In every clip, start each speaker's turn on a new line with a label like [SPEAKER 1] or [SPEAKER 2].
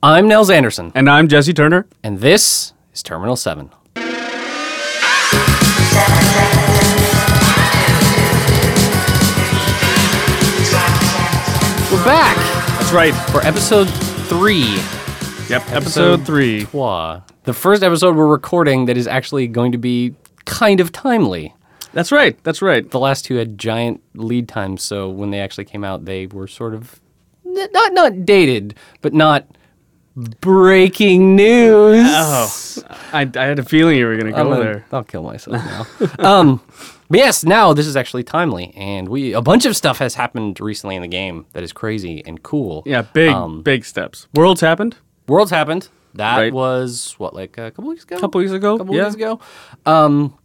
[SPEAKER 1] I'm Nels Anderson,
[SPEAKER 2] And I'm Jesse Turner.
[SPEAKER 1] and this is Terminal 7. We're back
[SPEAKER 2] That's right.
[SPEAKER 1] for episode 3.
[SPEAKER 2] Yep. Episode three.
[SPEAKER 1] Trois. The first episode we're recording that is actually going to be kind of timely.
[SPEAKER 2] That's right. That's right.
[SPEAKER 1] The last two had giant lead times, so when they actually came out, they were sort of n- not not dated, but not breaking news.
[SPEAKER 2] I, I had a feeling you were going to
[SPEAKER 1] Oh. I'm
[SPEAKER 2] Oh, go
[SPEAKER 1] gonna-
[SPEAKER 2] there.
[SPEAKER 1] I'll kill myself now. um, but yes, now this is actually timely, and we a bunch of stuff has happened recently in the game that is crazy and cool.
[SPEAKER 2] Yeah, big,
[SPEAKER 1] Um,
[SPEAKER 2] big steps. Worlds happened
[SPEAKER 1] Worlds happened. That
[SPEAKER 2] Right.
[SPEAKER 1] was what like a couple weeks ago.
[SPEAKER 2] a couple weeks ago.
[SPEAKER 1] couple
[SPEAKER 2] yeah.
[SPEAKER 1] weeks ago. Um,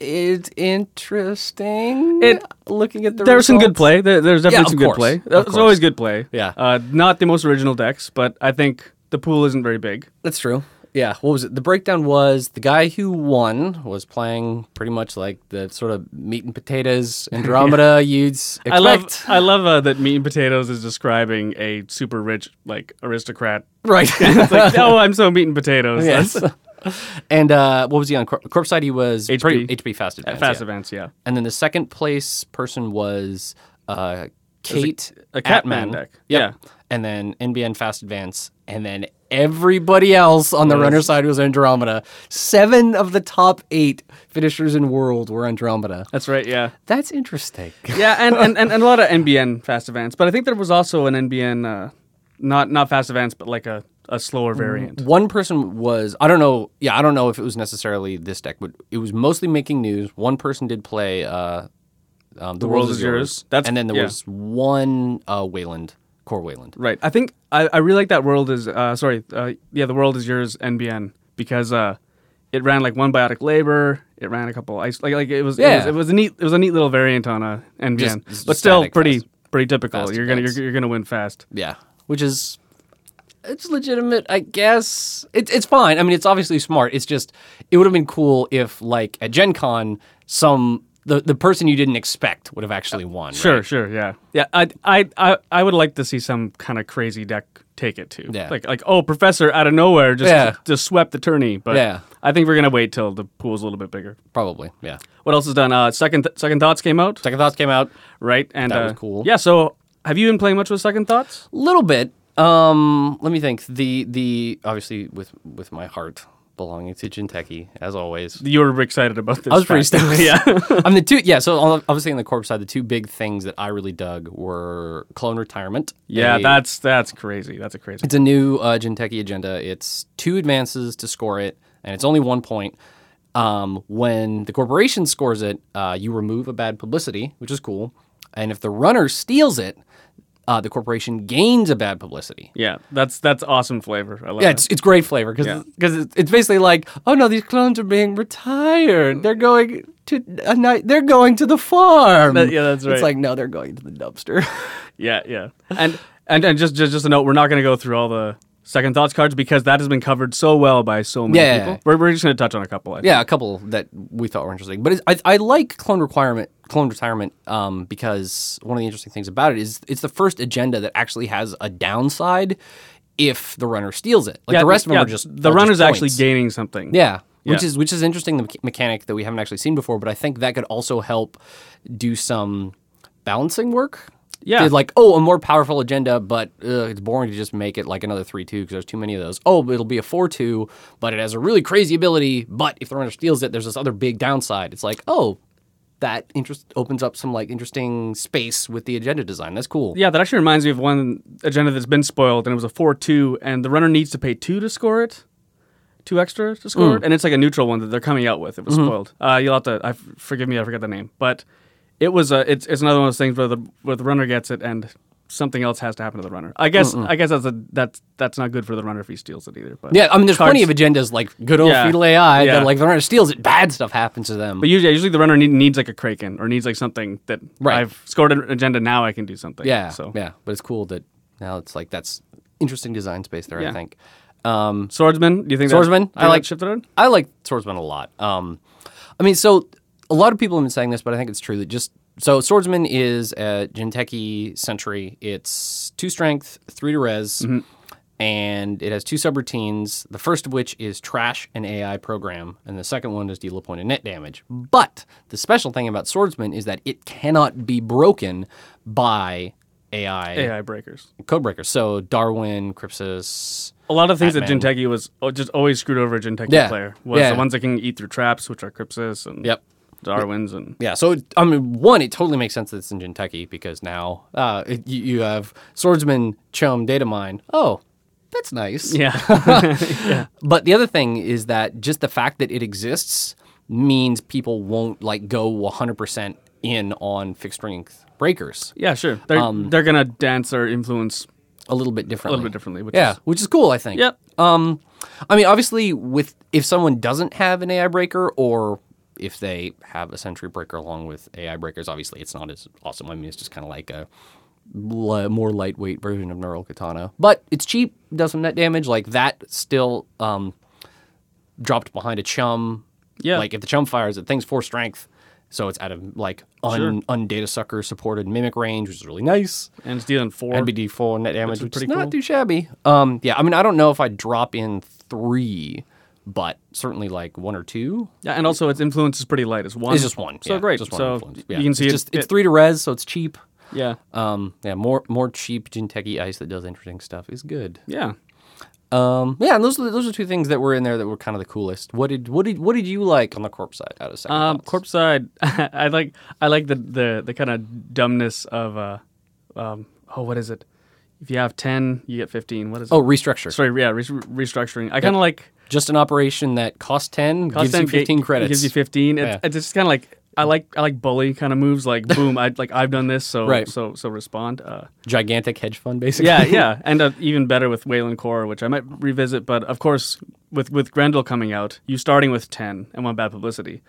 [SPEAKER 1] it's interesting.
[SPEAKER 2] It-
[SPEAKER 1] looking at the
[SPEAKER 2] There was some good
[SPEAKER 1] results.
[SPEAKER 2] play. There, there's definitely
[SPEAKER 1] of
[SPEAKER 2] some
[SPEAKER 1] course.
[SPEAKER 2] good play.
[SPEAKER 1] Of
[SPEAKER 2] There's
[SPEAKER 1] course.
[SPEAKER 2] always good play.
[SPEAKER 1] Yeah.
[SPEAKER 2] Uh, not the most original decks, but I think the pool isn't very big.
[SPEAKER 1] That's true. Yeah. What was it? The breakdown was the guy who won was playing pretty much like the sort of meat and potatoes Andromeda you'd s- expect.
[SPEAKER 2] I love I love uh, that meat and potatoes is describing a super rich like aristocrat.
[SPEAKER 1] right.
[SPEAKER 2] It's like, oh, I'm so meat and potatoes.
[SPEAKER 1] Yes. and uh, what was he on? Cor- Corpse side, he was
[SPEAKER 2] HP.
[SPEAKER 1] pretty- HP Fast Advance.
[SPEAKER 2] Fast
[SPEAKER 1] yeah.
[SPEAKER 2] events, yeah.
[SPEAKER 1] And then the second place person was uh, Kate
[SPEAKER 2] a Catman
[SPEAKER 1] Atman.
[SPEAKER 2] deck.
[SPEAKER 1] Yep. And then NBN Fast Advance. And then everybody else on the runner side was Andromeda. Seven of the top eight finishers in World were Andromeda.
[SPEAKER 2] That's right, yeah.
[SPEAKER 1] That's interesting.
[SPEAKER 2] yeah, and, and, and, and a lot of NBN fast events, but I think there was also an NBN, uh, not not fast events, but like a, a slower
[SPEAKER 1] Mm-hmm.
[SPEAKER 2] variant.
[SPEAKER 1] One person was I don't know yeah I don't know if it was necessarily this deck but it was mostly making news. One person did play uh, um, the, world is yours.
[SPEAKER 2] That's-
[SPEAKER 1] and then there
[SPEAKER 2] yeah.
[SPEAKER 1] was one uh, Wayland core Wayland.
[SPEAKER 2] Right. I think I, I really like that world is uh, sorry uh, yeah the world is yours NBN because uh, it ran like one biotic labor. It ran a couple ice like like it was
[SPEAKER 1] Yeah.
[SPEAKER 2] it was, it was a neat it was a neat little variant on uh, a NBN,
[SPEAKER 1] Just
[SPEAKER 2] but still
[SPEAKER 1] static
[SPEAKER 2] pretty
[SPEAKER 1] fast-
[SPEAKER 2] pretty typical.
[SPEAKER 1] fast
[SPEAKER 2] You're gonna you're,
[SPEAKER 1] events.
[SPEAKER 2] you're gonna win fast.
[SPEAKER 1] Yeah, which is it's legitimate I guess. It's it's fine. I mean it's obviously smart. It's just it would have been cool if like at Gen Con some the, the person you didn't expect would have actually won.
[SPEAKER 2] Sure, sure, yeah, yeah. I I I I would like to see some kind of crazy deck take it to.
[SPEAKER 1] Yeah.
[SPEAKER 2] Like like oh, Professor out of nowhere just
[SPEAKER 1] Yeah.
[SPEAKER 2] just swept the tourney. But
[SPEAKER 1] Yeah.
[SPEAKER 2] I think we're gonna wait till the pool's a little bit bigger.
[SPEAKER 1] Probably. Yeah.
[SPEAKER 2] What else is done? Uh, second second thoughts came out,
[SPEAKER 1] Second thoughts came out.
[SPEAKER 2] right? And
[SPEAKER 1] That
[SPEAKER 2] uh,
[SPEAKER 1] was cool.
[SPEAKER 2] Yeah. So have you been playing much with second thoughts?
[SPEAKER 1] little bit. Um, let me think. The the obviously with with my heart belonging to Jinteki as always.
[SPEAKER 2] You were excited about this.
[SPEAKER 1] I was pretty
[SPEAKER 2] fact.
[SPEAKER 1] stoked.
[SPEAKER 2] yeah.
[SPEAKER 1] I'm the two. Yeah. So on- obviously on the corporate side, the two big things that I really dug were clone retirement.
[SPEAKER 2] yeah.
[SPEAKER 1] A-
[SPEAKER 2] That's that's crazy. That's a crazy.
[SPEAKER 1] it's a new uh, Jinteki agenda. It's two advances to score it, and it's only one point. Um, when the corporation scores it, uh, you remove a bad publicity, which is cool. And if the runner steals it, uh, the corporation gains a bad publicity.
[SPEAKER 2] Yeah. That's that's awesome flavor. I love
[SPEAKER 1] Yeah,
[SPEAKER 2] it.
[SPEAKER 1] it's, it's great flavor because
[SPEAKER 2] Yeah.
[SPEAKER 1] it's, it's basically like, oh no, these clones are being
[SPEAKER 2] Mm.
[SPEAKER 1] retired. They're going to a night. They're going to the farm.
[SPEAKER 2] That- yeah, that's
[SPEAKER 1] It's
[SPEAKER 2] right.
[SPEAKER 1] like no, they're going to the dumpster.
[SPEAKER 2] Yeah, yeah. And and and just just just a note, we're not going to go through all the second thoughts cards because that has been covered so well by so many
[SPEAKER 1] Yeah.
[SPEAKER 2] people. We're, we're just going to touch on a couple. I think.
[SPEAKER 1] yeah, a couple that we thought were interesting, but it's, I, I like clone requirement, clone retirement, um, because one of the interesting things about it is it's the first agenda that actually has a downside if the runner steals it. Like the rest of them
[SPEAKER 2] yeah,
[SPEAKER 1] are just
[SPEAKER 2] the
[SPEAKER 1] are just
[SPEAKER 2] runner's actually
[SPEAKER 1] points.
[SPEAKER 2] gaining something.
[SPEAKER 1] Yeah, which
[SPEAKER 2] Yeah.
[SPEAKER 1] is which is interesting the mecha- mechanic that we haven't actually seen before, but I think that could also help do some balancing work.
[SPEAKER 2] Yeah.
[SPEAKER 1] They're like oh, a more powerful agenda, but uh, it's boring to just make it like another three two because there's too many of those. Oh, but it'll be a four two, but it has a really crazy ability. But if the runner steals it, there's this other big downside. It's like oh, that interest opens up some like interesting space with the agenda design. That's cool.
[SPEAKER 2] Yeah, that actually reminds me of one agenda that's been spoiled, and it was a four-two, and the runner needs to pay two to score it, two extra to
[SPEAKER 1] Mm.
[SPEAKER 2] score it, and it's like a neutral one that they're coming out with. It
[SPEAKER 1] Mm-hmm.
[SPEAKER 2] was spoiled. Uh, you'll have to I, forgive me, I forgot the name, but it was a it's, it's another one of those things where the where the runner gets it and something else has to happen to the runner. I guess I guess that's a that's that's not good for the runner if he steals it either. But
[SPEAKER 1] Yeah, I mean, there's plenty of agendas like good old
[SPEAKER 2] Yeah.
[SPEAKER 1] feudal AI
[SPEAKER 2] Yeah.
[SPEAKER 1] that like the runner steals it, bad stuff happens to them.
[SPEAKER 2] But usually, usually the runner need, needs like a kraken or needs like something that
[SPEAKER 1] Right.
[SPEAKER 2] I've scored an agenda. Now I can do something.
[SPEAKER 1] Yeah.
[SPEAKER 2] So
[SPEAKER 1] yeah, but it's cool that now it's like that's interesting design space there. I
[SPEAKER 2] Yeah.
[SPEAKER 1] think. Um,
[SPEAKER 2] swordsman, do you think that-
[SPEAKER 1] Swordsman,
[SPEAKER 2] do you
[SPEAKER 1] I
[SPEAKER 2] think
[SPEAKER 1] like-
[SPEAKER 2] that shifted on?
[SPEAKER 1] I like swordsman a lot. Um, I mean, so a lot of people have been saying this, but I think it's true that just so swordsman
[SPEAKER 2] Mm-hmm.
[SPEAKER 1] is a Jinteki sentry. It's two strength, three to res, and it has two subroutines. The first of which is trash an AI program, and the second one is deal a point of net damage. But the special thing about Swordsman is that it cannot be broken by AI,
[SPEAKER 2] AI breakers.
[SPEAKER 1] codebreakers. So Darwin, Crypsis,
[SPEAKER 2] A lot of things
[SPEAKER 1] Batman.
[SPEAKER 2] that Jinteki was oh, just always screwed over a Jinteki
[SPEAKER 1] Yeah.
[SPEAKER 2] player was
[SPEAKER 1] Yeah.
[SPEAKER 2] the ones that can eat through traps, which are Crypsis and
[SPEAKER 1] Yep.
[SPEAKER 2] Darwin's and
[SPEAKER 1] Yeah, so it, I mean, one, it totally makes sense that it's in Kentucky because now uh, it, you, you have swordsman chum data mine. Oh, that's nice.
[SPEAKER 2] yeah.
[SPEAKER 1] But the other thing is that just the fact that it exists means people won't like go 100% in on fixed strength breakers
[SPEAKER 2] yeah, sure. They're
[SPEAKER 1] Um,
[SPEAKER 2] they're gonna dance or influence
[SPEAKER 1] a little bit
[SPEAKER 2] a
[SPEAKER 1] differently.
[SPEAKER 2] little bit differently. Which
[SPEAKER 1] Yeah,
[SPEAKER 2] Is,
[SPEAKER 1] which is cool, I think.
[SPEAKER 2] yep.
[SPEAKER 1] Um, I mean, obviously, with if someone doesn't have an AI breaker, or if they have a Sentry breaker along with AI breakers, obviously it's not as awesome. I mean, it's just kind of like a li- more lightweight version of Neural Katana, but it's cheap, does some net damage. Like that still um, dropped behind a chum.
[SPEAKER 2] Yeah.
[SPEAKER 1] Like if the chum fires, it thing's four strength. So it's out of like un, undata sucker supported mimic range, which is really nice.
[SPEAKER 2] And it's dealing four.
[SPEAKER 1] NBD four net damage,
[SPEAKER 2] is
[SPEAKER 1] which is
[SPEAKER 2] pretty
[SPEAKER 1] not
[SPEAKER 2] cool.
[SPEAKER 1] too shabby. Um, yeah, I mean, I don't know if I'd drop in three, but certainly like one or two.
[SPEAKER 2] yeah, and also its influence is pretty light. It's one.
[SPEAKER 1] It's just one.
[SPEAKER 2] Um, So
[SPEAKER 1] yeah,
[SPEAKER 2] great.
[SPEAKER 1] Just one
[SPEAKER 2] so
[SPEAKER 1] influence.
[SPEAKER 2] you can see
[SPEAKER 1] it's
[SPEAKER 2] it,
[SPEAKER 1] just it's
[SPEAKER 2] it-
[SPEAKER 1] three to res, so it's cheap.
[SPEAKER 2] Yeah.
[SPEAKER 1] Um, yeah, more more cheap Jinteki ice that does interesting stuff is good.
[SPEAKER 2] Yeah.
[SPEAKER 1] Um, yeah, and those are, those are two things that were in there that were kind of the coolest. What did what did what did you like on the corpse side out of second
[SPEAKER 2] Um,
[SPEAKER 1] thoughts?
[SPEAKER 2] corpse side, I like I like the the, the kind of dumbness of uh, um, oh what is it? If you have ten, you get fifteen. What is it?
[SPEAKER 1] Oh, restructure.
[SPEAKER 2] sorry, yeah, re- restructuring. I kind of like
[SPEAKER 1] Just an operation that costs ten, gives you
[SPEAKER 2] 10,
[SPEAKER 1] fifteen
[SPEAKER 2] it
[SPEAKER 1] credits.
[SPEAKER 2] Gives you fifteen. It,
[SPEAKER 1] Yeah.
[SPEAKER 2] It's just kind of like I like I like bully kind of moves. Like boom, I like I've done this, so
[SPEAKER 1] Right.
[SPEAKER 2] so so respond. Uh,
[SPEAKER 1] Gigantic hedge fund, basically.
[SPEAKER 2] yeah, yeah, and uh, even better with Wayland Core, which I might revisit. But of course, with with Grendel coming out, you starting with ten and one bad publicity,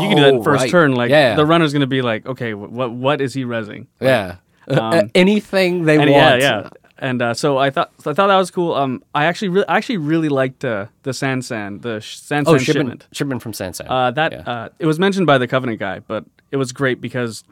[SPEAKER 2] you can do that
[SPEAKER 1] Oh,
[SPEAKER 2] in first
[SPEAKER 1] right.
[SPEAKER 2] turn. Like
[SPEAKER 1] Yeah.
[SPEAKER 2] the runner's going to be like, okay, wh- what what is he resing?
[SPEAKER 1] Yeah. Uh, anything they
[SPEAKER 2] And
[SPEAKER 1] want.
[SPEAKER 2] Um, yeah, yeah. And uh, so I thought so I thought that was cool. Um, I actually re- I actually really liked uh, the Sansan the sh- Sansan
[SPEAKER 1] Oh,
[SPEAKER 2] shipment.
[SPEAKER 1] shipment, shipment from Sansan.
[SPEAKER 2] Uh, that
[SPEAKER 1] Yeah.
[SPEAKER 2] uh, it was mentioned by the Covenant guy, but it was great because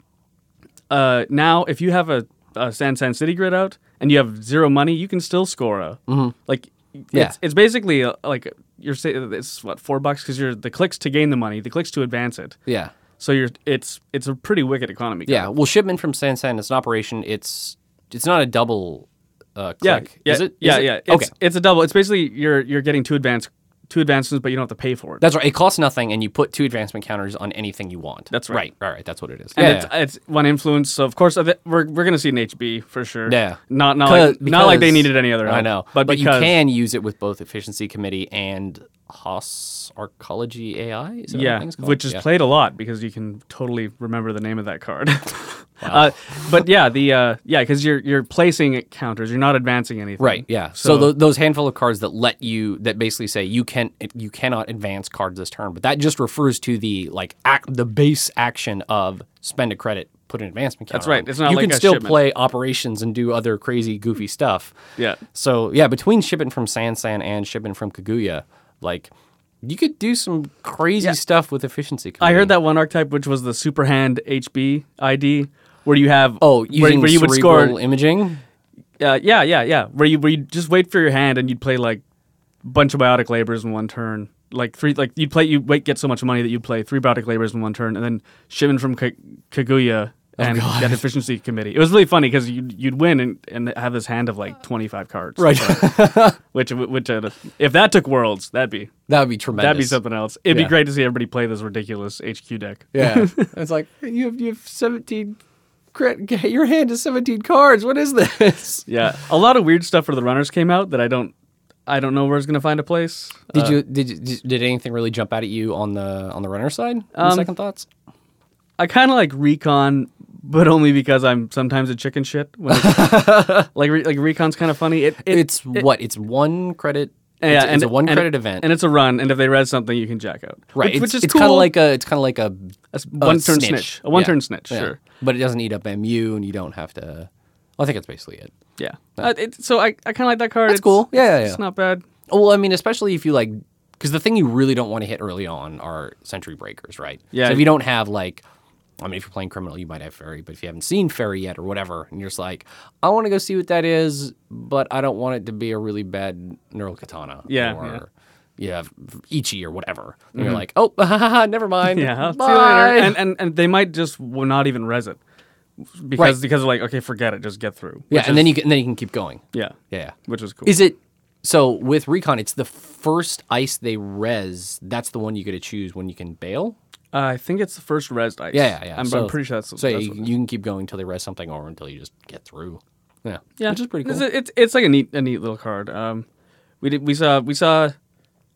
[SPEAKER 2] uh, now if you have a, a San San City grid out and you have zero money, you can still score a
[SPEAKER 1] Mm-hmm.
[SPEAKER 2] like. It's, it's basically uh like you're saying it's what four bucks because you're the clicks to gain the money, the clicks to advance it.
[SPEAKER 1] yeah,
[SPEAKER 2] So you're it's it's a pretty wicked economy.
[SPEAKER 1] yeah. Well, shipment from Sansan is an operation. It's it's not a double uh,
[SPEAKER 2] yeah,
[SPEAKER 1] click.
[SPEAKER 2] yeah,
[SPEAKER 1] is it? Is
[SPEAKER 2] yeah,
[SPEAKER 1] it?
[SPEAKER 2] yeah. It's,
[SPEAKER 1] Okay,
[SPEAKER 2] it's a double. It's basically you're you're getting two advance two advancements, but you don't have to pay for it.
[SPEAKER 1] that's right. It costs nothing, and you put two advancement counters on anything you want.
[SPEAKER 2] That's right.
[SPEAKER 1] Right. All right. That's what it is.
[SPEAKER 2] And
[SPEAKER 1] Yeah,
[SPEAKER 2] it's, uh,
[SPEAKER 1] yeah.
[SPEAKER 2] it's one influence. So of course, uh, th- we're we're gonna see an HB for sure.
[SPEAKER 1] Yeah.
[SPEAKER 2] Not not like,
[SPEAKER 1] Because-
[SPEAKER 2] not like they
[SPEAKER 1] because-
[SPEAKER 2] needed any other. Help,
[SPEAKER 1] I know,
[SPEAKER 2] but, because
[SPEAKER 1] you can use it with both efficiency committee and Haas Arcology AI. Is that what that
[SPEAKER 2] yeah,
[SPEAKER 1] thing's called?
[SPEAKER 2] which is
[SPEAKER 1] Yeah.
[SPEAKER 2] played a lot because you can totally remember the name of that card. uh, but yeah, the uh, yeah because you're you're placing counters. You're not advancing anything.
[SPEAKER 1] Right. Yeah. Mm-hmm. So, tho- those handful of cards that let you that basically say you can you cannot advance cards this turn, but that just refers to the like act, the base action of spend a credit, put an advancement counter.
[SPEAKER 2] That's right.
[SPEAKER 1] on.
[SPEAKER 2] It's not
[SPEAKER 1] you
[SPEAKER 2] like
[SPEAKER 1] can
[SPEAKER 2] a
[SPEAKER 1] still
[SPEAKER 2] shipment.
[SPEAKER 1] play operations and do other crazy goofy stuff.
[SPEAKER 2] Yeah.
[SPEAKER 1] So yeah, between shipping from Sansan and shipping from Kaguya, like you could do some crazy stuff with efficiency.
[SPEAKER 2] I heard that one archetype which was the Superhand HB ID. Where you have
[SPEAKER 1] Oh,
[SPEAKER 2] where-
[SPEAKER 1] using
[SPEAKER 2] where you would
[SPEAKER 1] cerebral
[SPEAKER 2] score
[SPEAKER 1] imaging.
[SPEAKER 2] Uh, yeah, yeah, yeah. Where you where you just wait for your hand and you'd play like bunch of biotic labors in one turn. Like three, like you'd play, you would wait get so much money that you'd play three biotic labors in one turn, and then Shimon from Ka- Kaguya
[SPEAKER 1] Oh,
[SPEAKER 2] and that efficiency committee. It was really funny because you'd you'd win and, and have this hand of like twenty five cards,
[SPEAKER 1] Right.
[SPEAKER 2] Which which uh, if that took worlds, that'd be
[SPEAKER 1] that would be tremendous.
[SPEAKER 2] that'd be something else. It'd
[SPEAKER 1] Yeah.
[SPEAKER 2] be great to see everybody play this ridiculous HQ deck.
[SPEAKER 1] Yeah. it's like you have you have 17 crit- your hand is 17 cards. What is this?
[SPEAKER 2] Yeah, a lot of weird stuff for the runners came out that I don't I don't know where it's gonna find a place.
[SPEAKER 1] Did you did you- did did anything really jump out at you on the on the runner side? on
[SPEAKER 2] Um,
[SPEAKER 1] second thoughts?
[SPEAKER 2] I kind of like recon, but only because I'm sometimes a chicken shit. When it's- like re, like recon's kind of funny. It, it-
[SPEAKER 1] It's what? It's one credit
[SPEAKER 2] yeah,
[SPEAKER 1] it's,
[SPEAKER 2] and
[SPEAKER 1] it's a one
[SPEAKER 2] and-
[SPEAKER 1] credit event.
[SPEAKER 2] and it's a run. And if they read something, you can jack out.
[SPEAKER 1] right.
[SPEAKER 2] which,
[SPEAKER 1] it's
[SPEAKER 2] which is
[SPEAKER 1] it's
[SPEAKER 2] cool.
[SPEAKER 1] kind of like a it's kind of like a
[SPEAKER 2] a s- one turn
[SPEAKER 1] snitch.
[SPEAKER 2] snitch. a one
[SPEAKER 1] Yeah.
[SPEAKER 2] turn snitch.
[SPEAKER 1] yeah.
[SPEAKER 2] Sure,
[SPEAKER 1] But it doesn't eat up MU and you don't have to I think that's basically it.
[SPEAKER 2] yeah. Uh, it, so I, I kind of like that card.
[SPEAKER 1] That's
[SPEAKER 2] it's
[SPEAKER 1] cool. Yeah, yeah,
[SPEAKER 2] it's
[SPEAKER 1] yeah.
[SPEAKER 2] not bad.
[SPEAKER 1] Oh, Well, I mean, especially if you like, because the thing you really don't want to hit early on are century breakers, right?
[SPEAKER 2] Yeah.
[SPEAKER 1] So if you don't have like I mean, if you're playing criminal, you might have fairy, but if you haven't seen fairy yet or whatever, and you're just like, I want to go see what that is, but I don't want it to be a really bad neural katana.
[SPEAKER 2] Yeah,
[SPEAKER 1] Or,
[SPEAKER 2] yeah. Mm-hmm.
[SPEAKER 1] You have Ichi or whatever. And you're like, oh, never mind.
[SPEAKER 2] Yeah, I'll see you
[SPEAKER 1] Bye.
[SPEAKER 2] later. And, and and they might just will not even res it because
[SPEAKER 1] Right.
[SPEAKER 2] because they're like okay, forget it, just get through.
[SPEAKER 1] yeah,
[SPEAKER 2] Which
[SPEAKER 1] and
[SPEAKER 2] is-
[SPEAKER 1] then you can, then you can keep going.
[SPEAKER 2] yeah,
[SPEAKER 1] Yeah.
[SPEAKER 2] which was cool.
[SPEAKER 1] Is it so with recon? It's the first ice they res. That's the one you get to choose when you can bail.
[SPEAKER 2] uh, I think it's the first res ice.
[SPEAKER 1] Yeah, yeah, yeah.
[SPEAKER 2] I'm, I'm
[SPEAKER 1] So-
[SPEAKER 2] pretty sure that's.
[SPEAKER 1] So
[SPEAKER 2] that's
[SPEAKER 1] you,
[SPEAKER 2] what-
[SPEAKER 1] you can keep going until they res something or until you just get through. Yeah,
[SPEAKER 2] yeah,
[SPEAKER 1] which is pretty cool.
[SPEAKER 2] It's, it's it's like a neat a neat little card. Um, we did we saw we saw,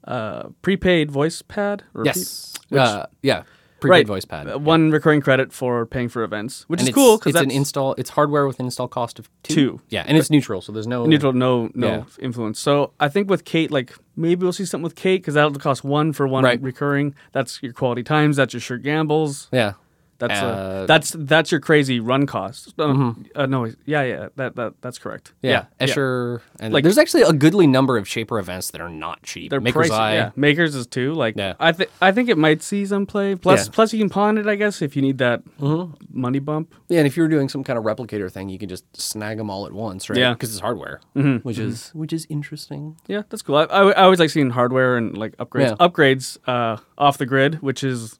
[SPEAKER 2] uh, prepaid voice pad. Or
[SPEAKER 1] yes,
[SPEAKER 2] pre- which-
[SPEAKER 1] uh, yeah, prepaid
[SPEAKER 2] right,
[SPEAKER 1] voice pad.
[SPEAKER 2] uh, One recurring credit for paying for events, which
[SPEAKER 1] And
[SPEAKER 2] is cool because
[SPEAKER 1] it's
[SPEAKER 2] that's
[SPEAKER 1] an install. It's hardware with an install cost of two.
[SPEAKER 2] Two.
[SPEAKER 1] Yeah, and it's neutral, so there's no
[SPEAKER 2] neutral, no no
[SPEAKER 1] Yeah.
[SPEAKER 2] influence. So I think with Kate, like maybe we'll see something with Kate because that'll cost one for one
[SPEAKER 1] Right.
[SPEAKER 2] recurring. That's your quality times. That's your sure gambles.
[SPEAKER 1] Yeah,
[SPEAKER 2] That's
[SPEAKER 1] Uh, Mm-hmm.
[SPEAKER 2] uh, that's that's your crazy run cost. Uh, uh, no, yeah, yeah, that, that that's correct.
[SPEAKER 1] yeah. Escher, and
[SPEAKER 2] Like-
[SPEAKER 1] there's actually a goodly number of Shaper events that are not cheap.
[SPEAKER 2] They're
[SPEAKER 1] Maker's
[SPEAKER 2] pricey,
[SPEAKER 1] Eye.
[SPEAKER 2] yeah. Makers is too. Like
[SPEAKER 1] Yeah.
[SPEAKER 2] I think I think it might see some play. Plus
[SPEAKER 1] Yeah. Mm-hmm.
[SPEAKER 2] plus you can pawn it, I guess, if you need that money bump.
[SPEAKER 1] Yeah, and if you're doing some kind of replicator thing, you can just snag them all at once, right?
[SPEAKER 2] Yeah. Mm-hmm.
[SPEAKER 1] because it's hardware, which is which is interesting.
[SPEAKER 2] Yeah, that's cool. I, I, I always like seeing hardware and like upgrades.
[SPEAKER 1] Yeah.
[SPEAKER 2] Upgrades uh, off the grid, which is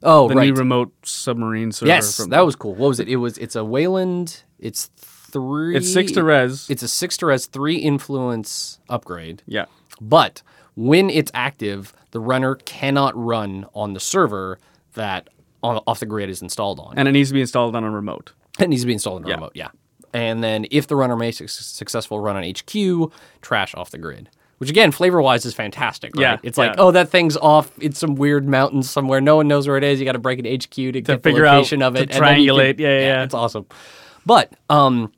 [SPEAKER 1] Oh,
[SPEAKER 2] the
[SPEAKER 1] right.
[SPEAKER 2] new remote submarine server.
[SPEAKER 1] yes,
[SPEAKER 2] from-
[SPEAKER 1] that was cool. What was it? It was it's a Wayland. It's three.
[SPEAKER 2] it's six to res.
[SPEAKER 1] It's a six to res three influence upgrade.
[SPEAKER 2] yeah,
[SPEAKER 1] But when it's active, the runner cannot run on the server that on, off the grid is installed on.
[SPEAKER 2] and it needs to be installed on a remote.
[SPEAKER 1] It needs to be installed in a remote, yeah. And then if the runner makes a su- successful run on HQ, trash off the grid. Which again, flavor wise, is fantastic. Right?
[SPEAKER 2] Yeah,
[SPEAKER 1] it's
[SPEAKER 2] yeah.
[SPEAKER 1] like, oh, that thing's off. It's some weird mountain somewhere. No one knows where it is. You got to break an HQ to, get
[SPEAKER 2] figure
[SPEAKER 1] the
[SPEAKER 2] out-
[SPEAKER 1] location of
[SPEAKER 2] to
[SPEAKER 1] it. and then you
[SPEAKER 2] triangulate. Yeah, yeah, yeah.
[SPEAKER 1] It's awesome. But um,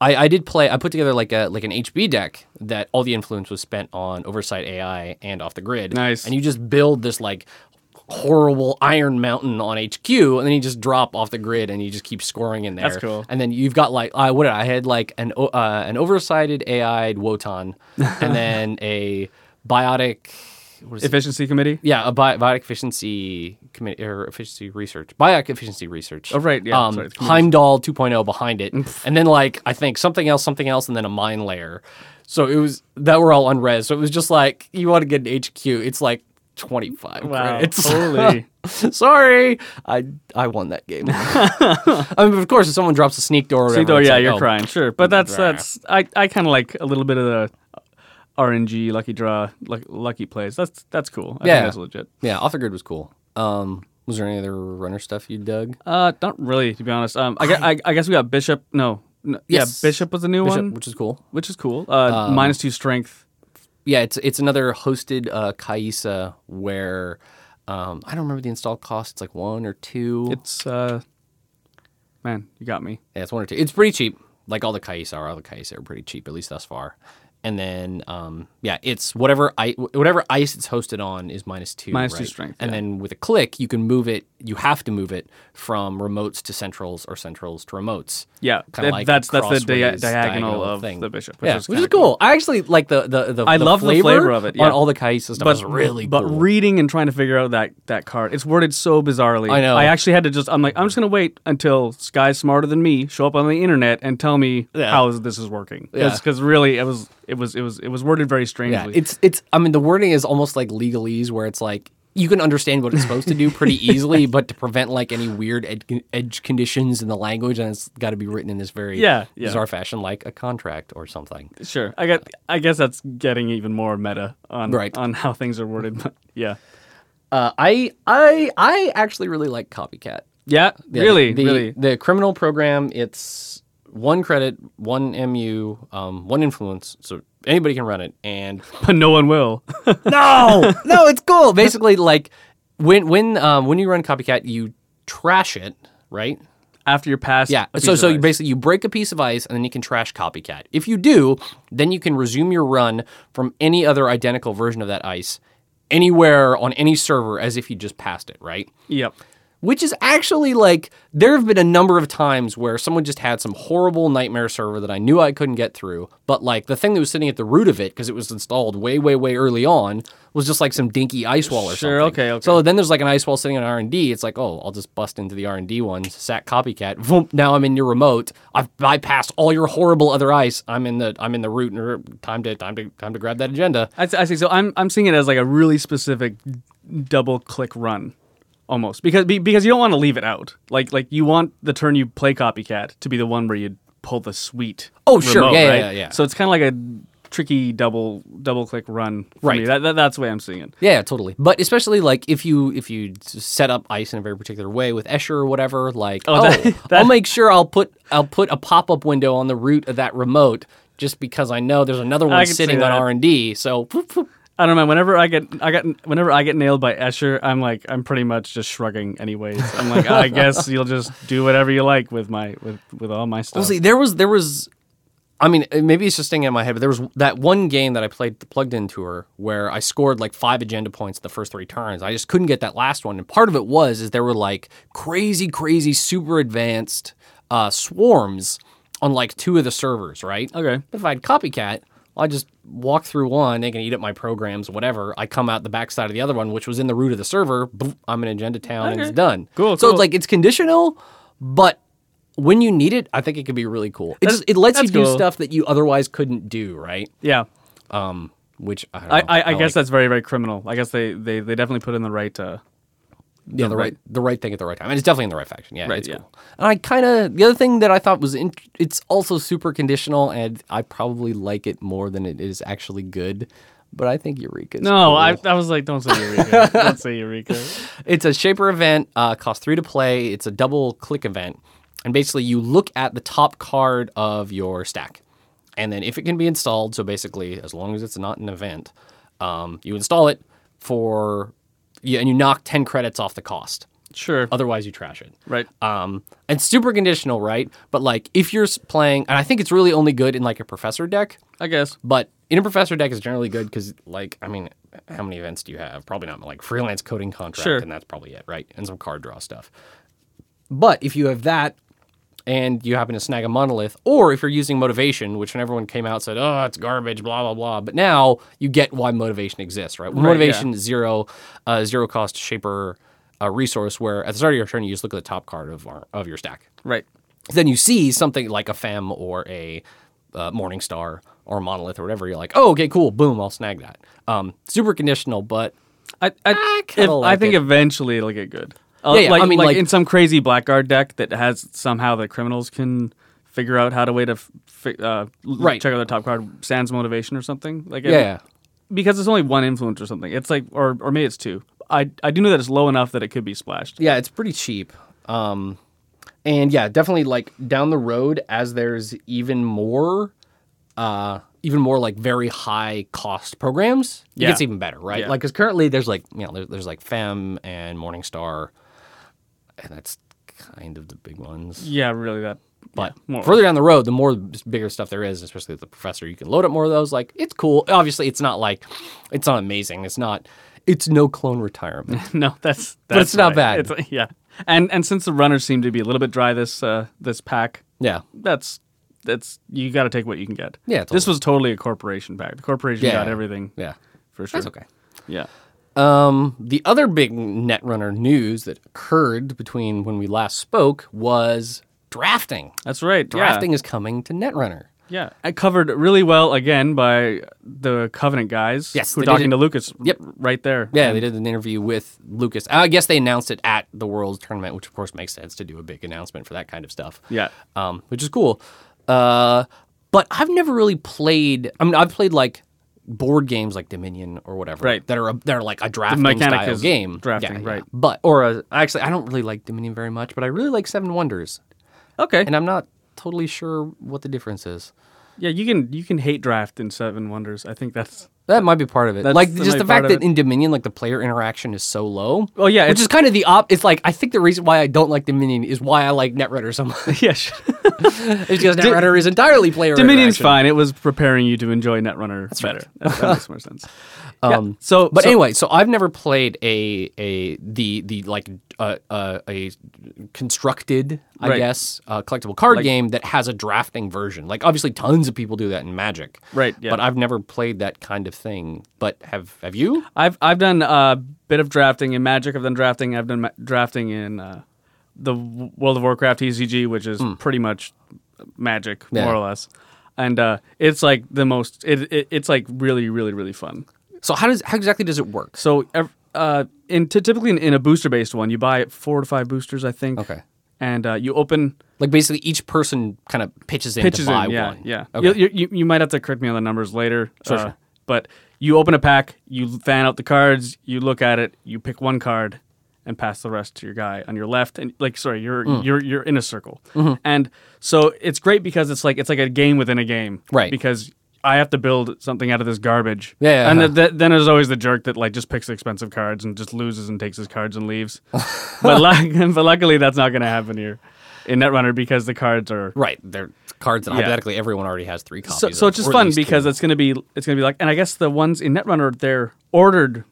[SPEAKER 1] I, I did play. I put together like a like an HB deck that all the influence was spent on oversight AI and off the grid.
[SPEAKER 2] Nice.
[SPEAKER 1] And you just build this like horrible iron mountain on HQ, and then you just drop off the grid, and you just keep scoring in there.
[SPEAKER 2] That's cool.
[SPEAKER 1] And then you've got like I what did I I had like an o- uh, an oversighted AI'd Wotan, and then a biotic. What is it?
[SPEAKER 2] Efficiency committee.
[SPEAKER 1] Yeah, a bi- biotic efficiency committee or efficiency research, biotic efficiency research.
[SPEAKER 2] Oh, right, yeah,
[SPEAKER 1] um,
[SPEAKER 2] sorry, it's committee.
[SPEAKER 1] Heimdall 2.0 behind it, and then like I think something else, something else, and then a mine layer. So it was that were all unres. So it was just like you want to get an HQ. It's like twenty five. It's
[SPEAKER 2] Holy.
[SPEAKER 1] Sorry, I I won that game. I mean, of course, if someone drops a sneak door, or whatever,
[SPEAKER 2] See, though,
[SPEAKER 1] it's
[SPEAKER 2] yeah,
[SPEAKER 1] like,
[SPEAKER 2] you're
[SPEAKER 1] oh,
[SPEAKER 2] crying, sure, but that's
[SPEAKER 1] Nah.
[SPEAKER 2] that's I, I kind of like a little bit of the RNG lucky draw, luck, lucky plays. That's that's cool. I
[SPEAKER 1] Yeah.
[SPEAKER 2] think that's legit.
[SPEAKER 1] Yeah, off the grid was cool. Um, was there any other runner stuff you dug?
[SPEAKER 2] Uh, not really, to be honest. Um, I, gue- I, I guess we got Bishop. No, no
[SPEAKER 1] Yes.
[SPEAKER 2] yeah, Bishop was the new
[SPEAKER 1] Bishop, Um,
[SPEAKER 2] one,
[SPEAKER 1] which is cool.
[SPEAKER 2] which is cool. Uh, minus two strength.
[SPEAKER 1] Yeah, it's it's another hosted uh, Kaisa where um, I don't remember the install cost. It's like one or two.
[SPEAKER 2] It's uh, man, you got me.
[SPEAKER 1] yeah, it's one or two. It's pretty cheap. Like all the Kaisa are, all the Kaisa are pretty cheap, at least thus far. And then, um, yeah, it's whatever I whatever ice it's hosted on is minus two,
[SPEAKER 2] Minus two
[SPEAKER 1] right?
[SPEAKER 2] strength,
[SPEAKER 1] And
[SPEAKER 2] yeah.
[SPEAKER 1] then with a click, you can move it. You have to move it from remotes to centrals or centrals to remotes.
[SPEAKER 2] Yeah,
[SPEAKER 1] Kinda
[SPEAKER 2] that-
[SPEAKER 1] like
[SPEAKER 2] that's that's the dia-
[SPEAKER 1] crossways,
[SPEAKER 2] diagonal, of
[SPEAKER 1] thing.
[SPEAKER 2] the Bishop, which
[SPEAKER 1] Yeah,
[SPEAKER 2] is
[SPEAKER 1] which is
[SPEAKER 2] kinda
[SPEAKER 1] cool. I actually like the the, the
[SPEAKER 2] I love the flavor of it, yeah.
[SPEAKER 1] on all the Kaisa stuff.
[SPEAKER 2] But
[SPEAKER 1] is really
[SPEAKER 2] but
[SPEAKER 1] cool.
[SPEAKER 2] reading and trying to figure out that that card, it's worded so bizarrely.
[SPEAKER 1] I know.
[SPEAKER 2] I actually had to just. I'm like, I'm just gonna wait until Sky's smarter than me show up on the internet and tell me
[SPEAKER 1] Yeah.
[SPEAKER 2] how this is working.
[SPEAKER 1] Yeah.
[SPEAKER 2] because really, it was it was it was it was worded very
[SPEAKER 1] Yeah,
[SPEAKER 2] strangely.
[SPEAKER 1] it's it's. I mean, the wording is almost like legalese, where it's like you can understand what it's supposed to do pretty easily, but to prevent like any weird ed- edge conditions in the language, and it's got to be written in this very
[SPEAKER 2] Yeah, yeah.
[SPEAKER 1] bizarre fashion, like a contract or something.
[SPEAKER 2] Sure. I got. I guess that's getting even more meta on
[SPEAKER 1] Right.
[SPEAKER 2] on how things are worded. But yeah.
[SPEAKER 1] Uh, I I I actually really like Copycat.
[SPEAKER 2] Yeah.
[SPEAKER 1] Yeah,
[SPEAKER 2] really.
[SPEAKER 1] the,
[SPEAKER 2] really.
[SPEAKER 1] the criminal program. It's one credit, one mu, um, one influence, so anybody can run it, and
[SPEAKER 2] But no one will.
[SPEAKER 1] no, no, it's cool. Basically, like when when um, when you run Copycat, you trash it, right?
[SPEAKER 2] After your pass.
[SPEAKER 1] Yeah.
[SPEAKER 2] a
[SPEAKER 1] So
[SPEAKER 2] piece
[SPEAKER 1] so
[SPEAKER 2] of
[SPEAKER 1] you
[SPEAKER 2] ice.
[SPEAKER 1] basically you break a piece of ice and then you can trash copycat. If you do, then you can resume your run from any other identical version of that ice anywhere on any server as if you just passed it, right?
[SPEAKER 2] Yep.
[SPEAKER 1] which is actually like there have been a number of times where someone just had some horrible nightmare server that I knew I couldn't get through, but like the thing that was sitting at the root of it because it was installed way, way, way early on was just like some dinky ice wall or
[SPEAKER 2] Sure,
[SPEAKER 1] something.
[SPEAKER 2] okay, okay.
[SPEAKER 1] So then there's like an ice wall sitting on R and D. It's like, oh, I'll just bust into the R and D one, sack copycat. Voom, now I'm in your remote. I've bypassed all your horrible other ice. I'm in the I'm in the root. and er, Time to time to time to grab that agenda.
[SPEAKER 2] I, I see. So I'm I'm seeing it as like a really specific double click run, almost because be, because you don't want to leave it out. Like like you want the turn you play copycat to be the one where you pull the sweet.
[SPEAKER 1] Oh, sure.
[SPEAKER 2] remote,
[SPEAKER 1] Yeah, yeah,
[SPEAKER 2] right?
[SPEAKER 1] yeah, yeah.
[SPEAKER 2] So it's kind of like a tricky double double click run. For
[SPEAKER 1] Right.
[SPEAKER 2] Me. That, that that's the way I'm seeing it.
[SPEAKER 1] Yeah, totally. But especially like if you if you s- set up ice in a very particular way with Escher or whatever, like oh,
[SPEAKER 2] that-
[SPEAKER 1] I'll make sure I'll put I'll put a pop up window on the root of that remote just because I know there's another one
[SPEAKER 2] can see
[SPEAKER 1] sitting on
[SPEAKER 2] that.
[SPEAKER 1] R and D. So poof, poof.
[SPEAKER 2] I don't know. man, Whenever I get I get whenever I get nailed by Escher, I'm like I'm pretty much just shrugging. Anyways, I'm like I guess you'll just do whatever you like with my with with all my stuff.
[SPEAKER 1] Well, see, there was there was, I mean, uh, maybe it's just staying in my head, but there was that one game that I played the plugged in tour where I scored like five agenda points the first three turns. I just couldn't get that last one, and part of it was is there were like crazy, crazy, super advanced uh, swarms on like two of the servers, right?
[SPEAKER 2] Okay.
[SPEAKER 1] But if I had copycat, I just walk through one, they can eat up my programs, whatever. I come out the backside of the other one, which was in the root of the server. Boom, I'm in agenda town, and it's
[SPEAKER 2] Okay.
[SPEAKER 1] done.
[SPEAKER 2] Cool,
[SPEAKER 1] So
[SPEAKER 2] cool.
[SPEAKER 1] it's like it's conditional, but when you need it, I think it could be really cool. It just it lets you
[SPEAKER 2] that's
[SPEAKER 1] do
[SPEAKER 2] cool.
[SPEAKER 1] stuff that you otherwise couldn't do, right?
[SPEAKER 2] Yeah.
[SPEAKER 1] Um, which I don't know.
[SPEAKER 2] I, I, I guess
[SPEAKER 1] like
[SPEAKER 2] that's very very criminal. I guess they, they, they definitely put in the right. Uh,
[SPEAKER 1] yeah, the right the right thing at the right time, and it's definitely in the right faction. Yeah,
[SPEAKER 2] Right,
[SPEAKER 1] it's
[SPEAKER 2] yeah.
[SPEAKER 1] cool. And I kind of the other thing that I thought was in, it's also super conditional, and I probably like it more than it is actually good. But I think Eureka.
[SPEAKER 2] no, I, I was like, don't say Eureka. don't say Eureka.
[SPEAKER 1] It's a Shaper event, uh, costs three to play. It's a double click event. And basically, you look at the top card of your stack. And then, if it can be installed, so basically, as long as it's not an event, um, you install it for, yeah, and you knock 10 credits off the cost.
[SPEAKER 2] Sure.
[SPEAKER 1] Otherwise, you trash it.
[SPEAKER 2] Right.
[SPEAKER 1] Um, and super conditional, right? But like, if you're s- playing, and I think it's really only good in like a professor deck,
[SPEAKER 2] I guess.
[SPEAKER 1] but in a professor deck is generally good because, like, I mean, how many events do you have? Probably not like freelance coding contract,
[SPEAKER 2] Sure.
[SPEAKER 1] and that's probably it, right? And some card draw stuff. But if you have that and you happen to snag a monolith, or if you're using motivation, which when everyone came out said, oh, it's garbage, blah, blah, blah. But now you get why motivation exists, right? Well,
[SPEAKER 2] Right,
[SPEAKER 1] motivation is zero, uh, zero cost shaper uh, resource where at the start of your turn, you just look at the top card of, our, of your stack
[SPEAKER 2] Right.
[SPEAKER 1] then you see something like a fem or a uh, morning star or monolith or whatever you're like oh okay cool boom i'll snag that um, super conditional but
[SPEAKER 2] I I,
[SPEAKER 1] kinda
[SPEAKER 2] if- I
[SPEAKER 1] like
[SPEAKER 2] think
[SPEAKER 1] it.
[SPEAKER 2] eventually it'll get good. Uh,
[SPEAKER 1] Yeah, yeah,
[SPEAKER 2] Like,
[SPEAKER 1] I mean,
[SPEAKER 2] like,
[SPEAKER 1] like-
[SPEAKER 2] in some crazy blackguard deck that has somehow the criminals can figure out how to way to f- fi- uh, l-
[SPEAKER 1] Right.
[SPEAKER 2] check out their top card sans motivation or something like it-
[SPEAKER 1] yeah
[SPEAKER 2] because it's only one influence or something it's like or or maybe it's two I I do know that it's low enough that it could be splashed
[SPEAKER 1] yeah it's pretty cheap um, and yeah definitely like down the road as there's even more uh, even more like very high cost programs it
[SPEAKER 2] Yeah.
[SPEAKER 1] gets even better right
[SPEAKER 2] Yeah.
[SPEAKER 1] like because currently there's like you know there's, there's like fem and morning star and that's kind of the big ones
[SPEAKER 2] yeah really that
[SPEAKER 1] But
[SPEAKER 2] more-
[SPEAKER 1] further down the road, the more bigger stuff there is, especially with the professor, you can load up more of those. Like it's cool. Obviously, it's not like it's not amazing. It's not. It's no clone retirement.
[SPEAKER 2] No, that's, that's
[SPEAKER 1] it's not
[SPEAKER 2] right.
[SPEAKER 1] bad.
[SPEAKER 2] It's, yeah, and and since the runners seem to be a little bit dry this uh, this pack,
[SPEAKER 1] yeah.
[SPEAKER 2] that's that's you got to take what you can get.
[SPEAKER 1] Yeah,
[SPEAKER 2] this was totally a corporation pack. The corporation
[SPEAKER 1] Yeah.
[SPEAKER 2] got everything.
[SPEAKER 1] Yeah.
[SPEAKER 2] for sure.
[SPEAKER 1] That's okay.
[SPEAKER 2] Yeah,
[SPEAKER 1] Um, the other big Netrunner news that occurred between when we last spoke was drafting.
[SPEAKER 2] that's right.
[SPEAKER 1] Drafting is coming to Netrunner.
[SPEAKER 2] Yeah, yeah. I covered really well again by the Covenant guys.
[SPEAKER 1] Yes,
[SPEAKER 2] who were
[SPEAKER 1] they did
[SPEAKER 2] talking
[SPEAKER 1] it.
[SPEAKER 2] to Lucas.
[SPEAKER 1] Yep.
[SPEAKER 2] right there.
[SPEAKER 1] Yeah, they did an interview with Lucas. I guess they announced it at the World's Tournament, which of course makes sense to do a big announcement for that kind of stuff.
[SPEAKER 2] Yeah.
[SPEAKER 1] um, which is cool. Uh, but I've never really played. I mean, I've played like board games like Dominion or whatever,
[SPEAKER 2] Right.
[SPEAKER 1] That are a, that are like a drafting
[SPEAKER 2] mechanic
[SPEAKER 1] style
[SPEAKER 2] is
[SPEAKER 1] game,
[SPEAKER 2] drafting, right.
[SPEAKER 1] But or a, actually, I don't really like Dominion very much, but I really like Seven Wonders,
[SPEAKER 2] Okay.
[SPEAKER 1] and I'm not totally sure what the difference is.
[SPEAKER 2] yeah, you can you can hate draft in Seven Wonders. I think that's
[SPEAKER 1] That might be part of it.
[SPEAKER 2] That's-
[SPEAKER 1] like
[SPEAKER 2] that
[SPEAKER 1] just
[SPEAKER 2] might
[SPEAKER 1] the
[SPEAKER 2] be part
[SPEAKER 1] fact
[SPEAKER 2] of
[SPEAKER 1] that
[SPEAKER 2] it.
[SPEAKER 1] in Dominion, like the player interaction is so low.
[SPEAKER 2] Oh, yeah,
[SPEAKER 1] which
[SPEAKER 2] it's-
[SPEAKER 1] is kind of the op. It's like I think the reason why I don't like Dominion is why I like Netrunner so much.
[SPEAKER 2] yeah, sure.
[SPEAKER 1] it's because Netrunner is entirely player.
[SPEAKER 2] Dominion's
[SPEAKER 1] interaction.
[SPEAKER 2] fine. It was preparing you to enjoy Netrunner better. That, that makes more sense. yeah.
[SPEAKER 1] Um,
[SPEAKER 2] So,
[SPEAKER 1] But
[SPEAKER 2] so-
[SPEAKER 1] anyway, so I've never played a a the the like uh, uh, a constructed, I
[SPEAKER 2] Right.
[SPEAKER 1] guess, uh, collectible card game that has a drafting version. Like obviously, tons of people do that in Magic.
[SPEAKER 2] Right, yeah.
[SPEAKER 1] But I've never played that kind of thing. But have have you?
[SPEAKER 2] I've I've done a bit of drafting in Magic. I've done drafting. I've done ma- drafting in uh, the W- World of Warcraft TCG, which is pretty much Magic,
[SPEAKER 1] Hmm. Yeah.
[SPEAKER 2] more or less. And uh, it's like the most. It, it it's like really really really fun.
[SPEAKER 1] So how does how exactly does it work?
[SPEAKER 2] So ev- uh, in t- typically in, in a booster based one, you buy four to five boosters, I think.
[SPEAKER 1] Okay.
[SPEAKER 2] And uh, you open
[SPEAKER 1] Like basically, each person kind of pitches in
[SPEAKER 2] pitches
[SPEAKER 1] to buy
[SPEAKER 2] in. Yeah,
[SPEAKER 1] one.
[SPEAKER 2] yeah.
[SPEAKER 1] Okay.
[SPEAKER 2] You, you, you might have to correct me on the numbers later. uh,
[SPEAKER 1] Sure, sure.
[SPEAKER 2] But you open a pack, you fan out the cards, you look at it, you pick one card, and pass the rest to your guy on your left. And like, sorry, you're
[SPEAKER 1] Mm.
[SPEAKER 2] you're you're in a circle,
[SPEAKER 1] Mm-hmm.
[SPEAKER 2] and so it's great because it's like it's like a game within a game,
[SPEAKER 1] Right.
[SPEAKER 2] Because I have to build something out of this garbage,
[SPEAKER 1] Yeah, yeah,
[SPEAKER 2] and
[SPEAKER 1] uh-huh.
[SPEAKER 2] th- th- then there's always the jerk that like just picks expensive cards and just loses and takes his cards and leaves. but, luck- but luckily, that's not going to happen here in Netrunner because the cards are
[SPEAKER 1] Right. They're cards that hypothetically everyone already has three copies.
[SPEAKER 2] so, so
[SPEAKER 1] of,
[SPEAKER 2] it's just
[SPEAKER 1] or at
[SPEAKER 2] fun
[SPEAKER 1] least two.
[SPEAKER 2] because it's gonna be it's gonna be like and I guess the ones in Netrunner they're ordered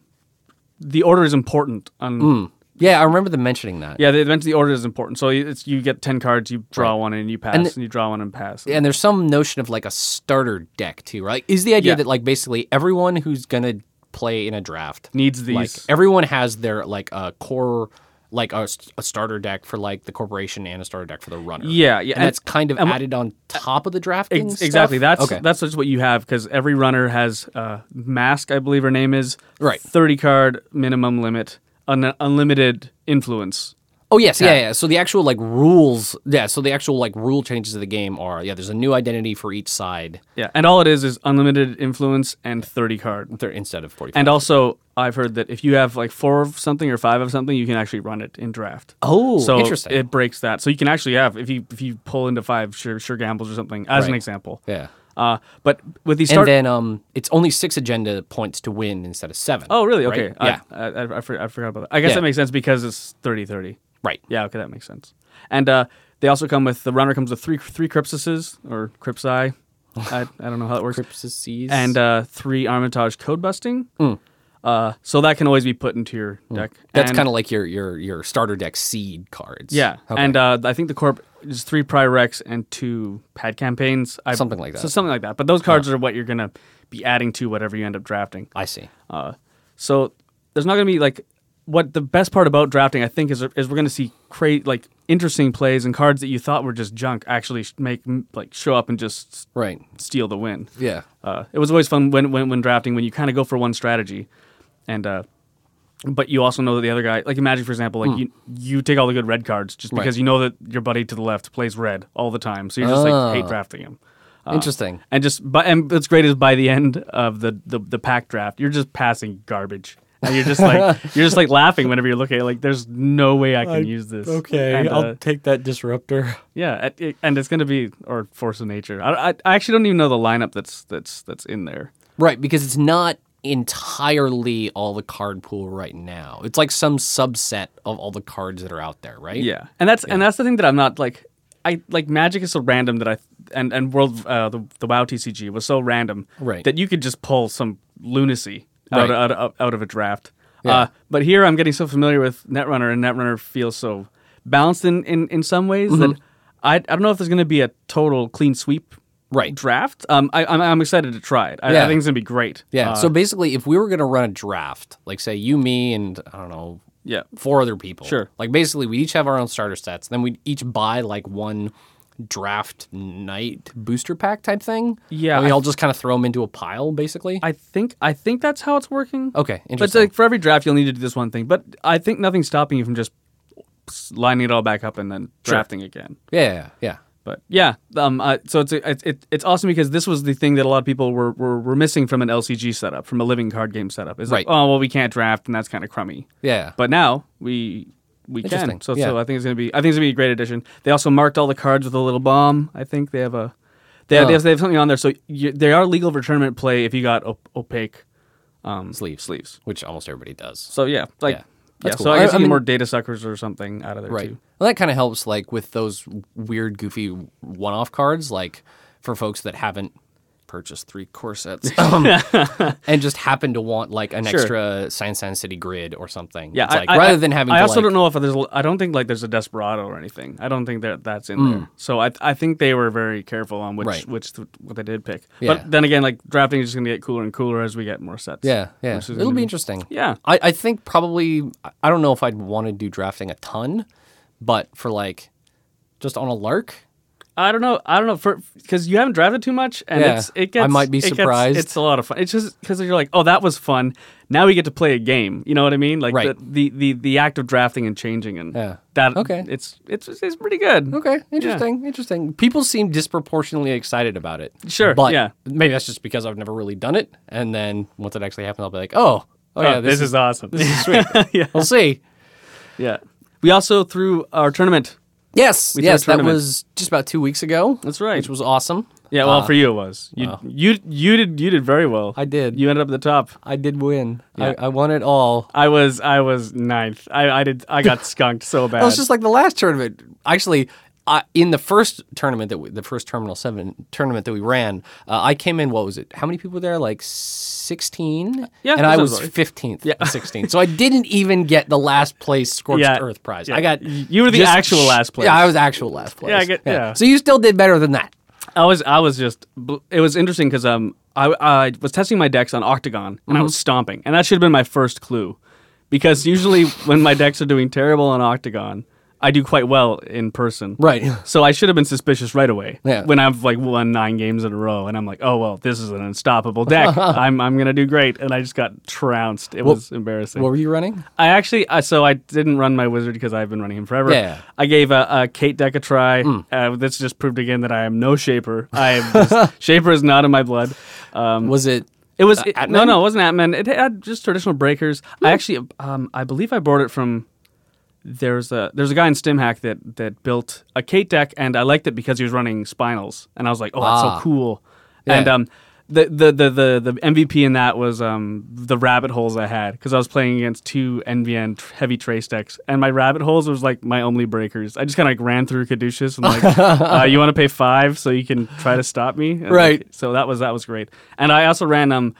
[SPEAKER 2] the order is important on
[SPEAKER 1] Mm. yeah, I remember them mentioning that.
[SPEAKER 2] yeah they mentioned the order is important so it's you get ten cards you draw one and you pass and,
[SPEAKER 1] the-
[SPEAKER 2] you draw one and pass
[SPEAKER 1] and there's some notion of like a starter deck too, right? Is the idea
[SPEAKER 2] Yeah.
[SPEAKER 1] that like basically everyone who's gonna play in a draft
[SPEAKER 2] needs these
[SPEAKER 1] like everyone has their like a core like a, s- a starter deck for like the corporation and a starter deck for the runner.
[SPEAKER 2] Yeah,
[SPEAKER 1] and,
[SPEAKER 2] yeah, and-
[SPEAKER 1] that's kind of
[SPEAKER 2] and wh-
[SPEAKER 1] added on top of the drafting.
[SPEAKER 2] Ex-
[SPEAKER 1] stuff?
[SPEAKER 2] exactly that's
[SPEAKER 1] okay.
[SPEAKER 2] that's just what you have because every runner has uh, mask I believe her name is
[SPEAKER 1] Right.
[SPEAKER 2] thirty card minimum limit un- unlimited influence
[SPEAKER 1] Oh yes, yeah, yeah. So the actual like rules, yeah. So the actual like rule changes of the game are yeah. There's a new identity for each side
[SPEAKER 2] yeah and all it is is unlimited influence and thirty card
[SPEAKER 1] there- instead of forty.
[SPEAKER 2] And also, I've heard that if you have like four of something or five of something, you can actually run it in draft.
[SPEAKER 1] Oh,
[SPEAKER 2] so
[SPEAKER 1] interesting.
[SPEAKER 2] It breaks that, so you can actually have if you if you pull into five sure sure gambles or something as an
[SPEAKER 1] Right.
[SPEAKER 2] example.
[SPEAKER 1] yeah.
[SPEAKER 2] Uh, but with these
[SPEAKER 1] And
[SPEAKER 2] start.
[SPEAKER 1] then um, it's only six agenda points to win instead of seven.
[SPEAKER 2] oh, really?
[SPEAKER 1] right?
[SPEAKER 2] Okay.
[SPEAKER 1] Yeah.
[SPEAKER 2] I, I, I, I for- I forgot about that. I guess
[SPEAKER 1] Yeah.
[SPEAKER 2] that makes sense because it's 30-30.
[SPEAKER 1] Right.
[SPEAKER 2] Yeah. Okay, that makes sense. And uh, they also come with the runner comes with three three crypsises or crypsi. I, I don't know how that works.
[SPEAKER 1] Crypsises.
[SPEAKER 2] and uh, three Armitage code busting. Uh, so that can always be put into your deck.
[SPEAKER 1] Hmm. that's
[SPEAKER 2] And-
[SPEAKER 1] kind of like your your your starter deck seed cards.
[SPEAKER 2] Yeah,
[SPEAKER 1] Okay.
[SPEAKER 2] and uh, I think the corp is three prior recs and two pad campaigns, I,
[SPEAKER 1] Something like that.
[SPEAKER 2] So something like that. But those cards are what you're gonna be adding to whatever you end up drafting.
[SPEAKER 1] I see.
[SPEAKER 2] Uh, so there's not gonna be like what the best part about drafting, I think, is is we're gonna see cra- like interesting plays and cards that you thought were just junk actually sh- make like show up and just s-
[SPEAKER 1] Right.
[SPEAKER 2] steal the win.
[SPEAKER 1] Yeah.
[SPEAKER 2] Uh, it was always fun when, when, when drafting when you kind of go for one strategy, and uh, but you also know that the other guy, like imagine for example, like you you take all the good red cards just because you know that your buddy to the left plays red all the time, so you just like hate drafting him. uh,
[SPEAKER 1] Interesting.
[SPEAKER 2] And just but and what's great is by the end of the, the the pack draft, you're just passing garbage. And you're just like you're just like laughing whenever you're looking at it, like there's no way I can use this. And, uh,
[SPEAKER 3] take that disruptor.
[SPEAKER 2] yeah, it- it- and it's gonna be or force of nature. I, I, I actually don't even know the lineup that's that's that's in there.
[SPEAKER 1] Right, because it's not entirely all the card pool right now. It's like some subset of all the cards that are out there, right?
[SPEAKER 2] Yeah, and that's and that's the thing that I'm not like. I like Magic is so random that I and and World uh, the the WoW TCG was so random
[SPEAKER 1] Right.
[SPEAKER 2] that you could just pull some lunacy out,
[SPEAKER 1] Right.
[SPEAKER 2] out, out, out of a draft.
[SPEAKER 1] Yeah.
[SPEAKER 2] Uh, but here I'm getting so familiar with Netrunner, and Netrunner feels so balanced in in, in some ways that
[SPEAKER 1] Mm-hmm.
[SPEAKER 2] I I don't know if there's going to be a total clean sweep
[SPEAKER 1] Right.
[SPEAKER 2] draft. Um, I I'm, I'm excited to try it. I, I
[SPEAKER 1] Yeah.
[SPEAKER 2] think it's going to be great.
[SPEAKER 1] Yeah.
[SPEAKER 2] Uh,
[SPEAKER 1] so basically, if we were going to run a draft, like say you, me, and I don't know,
[SPEAKER 2] yeah.
[SPEAKER 1] four other people.
[SPEAKER 2] Sure.
[SPEAKER 1] Like basically, we each have our own starter sets. Then we each buy like one draft night booster pack type thing.
[SPEAKER 2] Yeah,
[SPEAKER 1] And we
[SPEAKER 2] I-
[SPEAKER 1] all just kind of throw them into a pile, basically.
[SPEAKER 2] I think I think that's how it's working.
[SPEAKER 1] Okay,
[SPEAKER 2] But
[SPEAKER 1] interesting.
[SPEAKER 2] like for every draft, you'll need to do this one thing. But I think nothing's stopping you from just lining it all back up and then drafting again.
[SPEAKER 1] yeah, yeah, yeah.
[SPEAKER 2] But yeah, um, I, so it's a, it's- it, it's awesome because this was the thing that a lot of people were, were, were missing from an LCG setup, from a living card game setup. Is like,
[SPEAKER 1] Right.
[SPEAKER 2] oh well, we can't draft, and that's kind of crummy.
[SPEAKER 1] Yeah.
[SPEAKER 2] But now we we can.
[SPEAKER 1] Interesting,
[SPEAKER 2] So
[SPEAKER 1] yeah.
[SPEAKER 2] so I think it's gonna be I think it's gonna be a great addition. They also marked all the cards with a little bomb. I think they have a They, have,
[SPEAKER 1] Oh.
[SPEAKER 2] they, have, they have something on there, so you, they are legal for tournament play if you got op- opaque um,
[SPEAKER 1] Sleeves.
[SPEAKER 2] sleeves.
[SPEAKER 1] which almost everybody does.
[SPEAKER 2] So yeah, like
[SPEAKER 1] Yeah.
[SPEAKER 2] yeah,
[SPEAKER 1] That's
[SPEAKER 2] so
[SPEAKER 1] cool.
[SPEAKER 2] I guess
[SPEAKER 1] I- I
[SPEAKER 2] you get
[SPEAKER 1] mean-
[SPEAKER 2] more data suckers or something out of there too.
[SPEAKER 1] Well, that kind of helps, like with those weird, goofy one-off cards, like for folks that haven't purchased three core sets um, and just happen to want like an
[SPEAKER 2] Sure.
[SPEAKER 1] extra Science Sand City grid or something.
[SPEAKER 2] Yeah,
[SPEAKER 1] It's
[SPEAKER 2] I-
[SPEAKER 1] like,
[SPEAKER 2] I-
[SPEAKER 1] rather
[SPEAKER 2] I-
[SPEAKER 1] than having
[SPEAKER 2] I
[SPEAKER 1] to
[SPEAKER 2] also
[SPEAKER 1] like,
[SPEAKER 2] don't know if there's. a- I don't think like there's a desperado or anything. I don't think that that's in there. So I I think they were very careful on which
[SPEAKER 1] Mm. Right.
[SPEAKER 2] which th- what they did pick.
[SPEAKER 1] Yeah.
[SPEAKER 2] But then again, like drafting is just gonna get cooler and cooler as we get more sets.
[SPEAKER 1] Yeah, yeah.
[SPEAKER 2] Which is
[SPEAKER 1] It'll
[SPEAKER 2] gonna
[SPEAKER 1] be
[SPEAKER 2] be-
[SPEAKER 1] interesting.
[SPEAKER 2] Yeah.
[SPEAKER 1] I, I think probably, I- I don't know if I'd want to do drafting a ton, but for like just on a lark,
[SPEAKER 2] I don't know. I don't know for because you haven't drafted too much, and
[SPEAKER 1] Yeah.
[SPEAKER 2] it's it gets.
[SPEAKER 1] I might be
[SPEAKER 2] it gets-
[SPEAKER 1] surprised.
[SPEAKER 2] it's a lot of fun. It's just because you're like, oh, that was fun. Now we get to play a game. You know what I mean? Like
[SPEAKER 1] Right.
[SPEAKER 2] the, the the the act of drafting and changing and
[SPEAKER 1] Yeah.
[SPEAKER 2] that.
[SPEAKER 1] Okay.
[SPEAKER 2] It's it's it's pretty good.
[SPEAKER 1] Okay, Oh, interesting, interesting. People seem disproportionately excited about it.
[SPEAKER 2] Sure,
[SPEAKER 1] but
[SPEAKER 2] yeah.
[SPEAKER 1] maybe that's just because I've never really done it. And then once it actually happens, I'll be like, oh, oh
[SPEAKER 2] Oh,
[SPEAKER 1] yeah, this, is,
[SPEAKER 2] awesome.
[SPEAKER 1] this is sweet.
[SPEAKER 2] Yeah.
[SPEAKER 1] We'll see.
[SPEAKER 2] yeah. We also threw our tournament.
[SPEAKER 1] Yes,
[SPEAKER 2] We threw a
[SPEAKER 1] yes, that
[SPEAKER 2] tournament.
[SPEAKER 1] was just about two weeks ago.
[SPEAKER 2] That's right.
[SPEAKER 1] which was awesome.
[SPEAKER 2] Yeah, well, for you it was. You you you did you did very well.
[SPEAKER 1] I did.
[SPEAKER 2] You ended up at the top.
[SPEAKER 1] I did win. I, I won it all.
[SPEAKER 2] I was I was ninth. I, I did I got skunked so bad.
[SPEAKER 1] It was just like the last tournament. Actually, I, in the first tournament that we, the first Terminal Seven tournament that we ran, uh, I came in. What was it? How many people were there? Like sixteen.
[SPEAKER 2] Yeah,
[SPEAKER 1] and
[SPEAKER 2] that
[SPEAKER 1] I
[SPEAKER 2] sounds
[SPEAKER 1] was
[SPEAKER 2] right.
[SPEAKER 1] fifteenth. Yeah, sixteenth. So I didn't even get the last place scorched
[SPEAKER 2] Yeah,
[SPEAKER 1] earth prize.
[SPEAKER 2] yeah.
[SPEAKER 1] I got
[SPEAKER 2] You were the actual last place.
[SPEAKER 1] Yeah, I was actual last place.
[SPEAKER 2] Yeah, I get- yeah.
[SPEAKER 1] So you still did better than that.
[SPEAKER 2] I was I was just bl- it was interesting because um I I was testing my decks on Octagon and I was stomping and that should have been my first clue because usually when my decks are doing terrible on Octagon I do quite well in person
[SPEAKER 1] Right.
[SPEAKER 2] so I should have been suspicious right away
[SPEAKER 1] Yeah.
[SPEAKER 2] when I've like won nine games in a row and I'm like oh well this is an unstoppable deck I'm I'm gonna do great and I just got trounced it was embarrassing
[SPEAKER 1] What were you running?
[SPEAKER 2] I actually, I so I didn't run my wizard because I've been running him forever.
[SPEAKER 1] Yeah. Mm.
[SPEAKER 2] I gave a, a Kate deck a try. Uh, this just proved again that I am no shaper. I am just, shaper is not in my blood. Um,
[SPEAKER 1] Was it?
[SPEAKER 2] it was it-
[SPEAKER 1] Uh, Atman? Hmm.
[SPEAKER 2] no, no, it wasn't Atman. It had just traditional breakers. I actually, um, I believe I borrowed it from. There's a there's a guy in StimHack that that built a Kate deck, and I liked it because he was running Spinals, and I was like, oh, that's
[SPEAKER 1] Ah.
[SPEAKER 2] so cool.
[SPEAKER 1] Yeah.
[SPEAKER 2] And um, the, the the the the MVP in that was um the rabbit holes I had because I was playing against two NVN tr- heavy trace decks, and my rabbit holes was like my only breakers. I just kind of like, ran through Caduceus and like, uh, you want to pay five so you can try to stop me, And, like,
[SPEAKER 1] Right.
[SPEAKER 2] so that was that was great. And I also ran um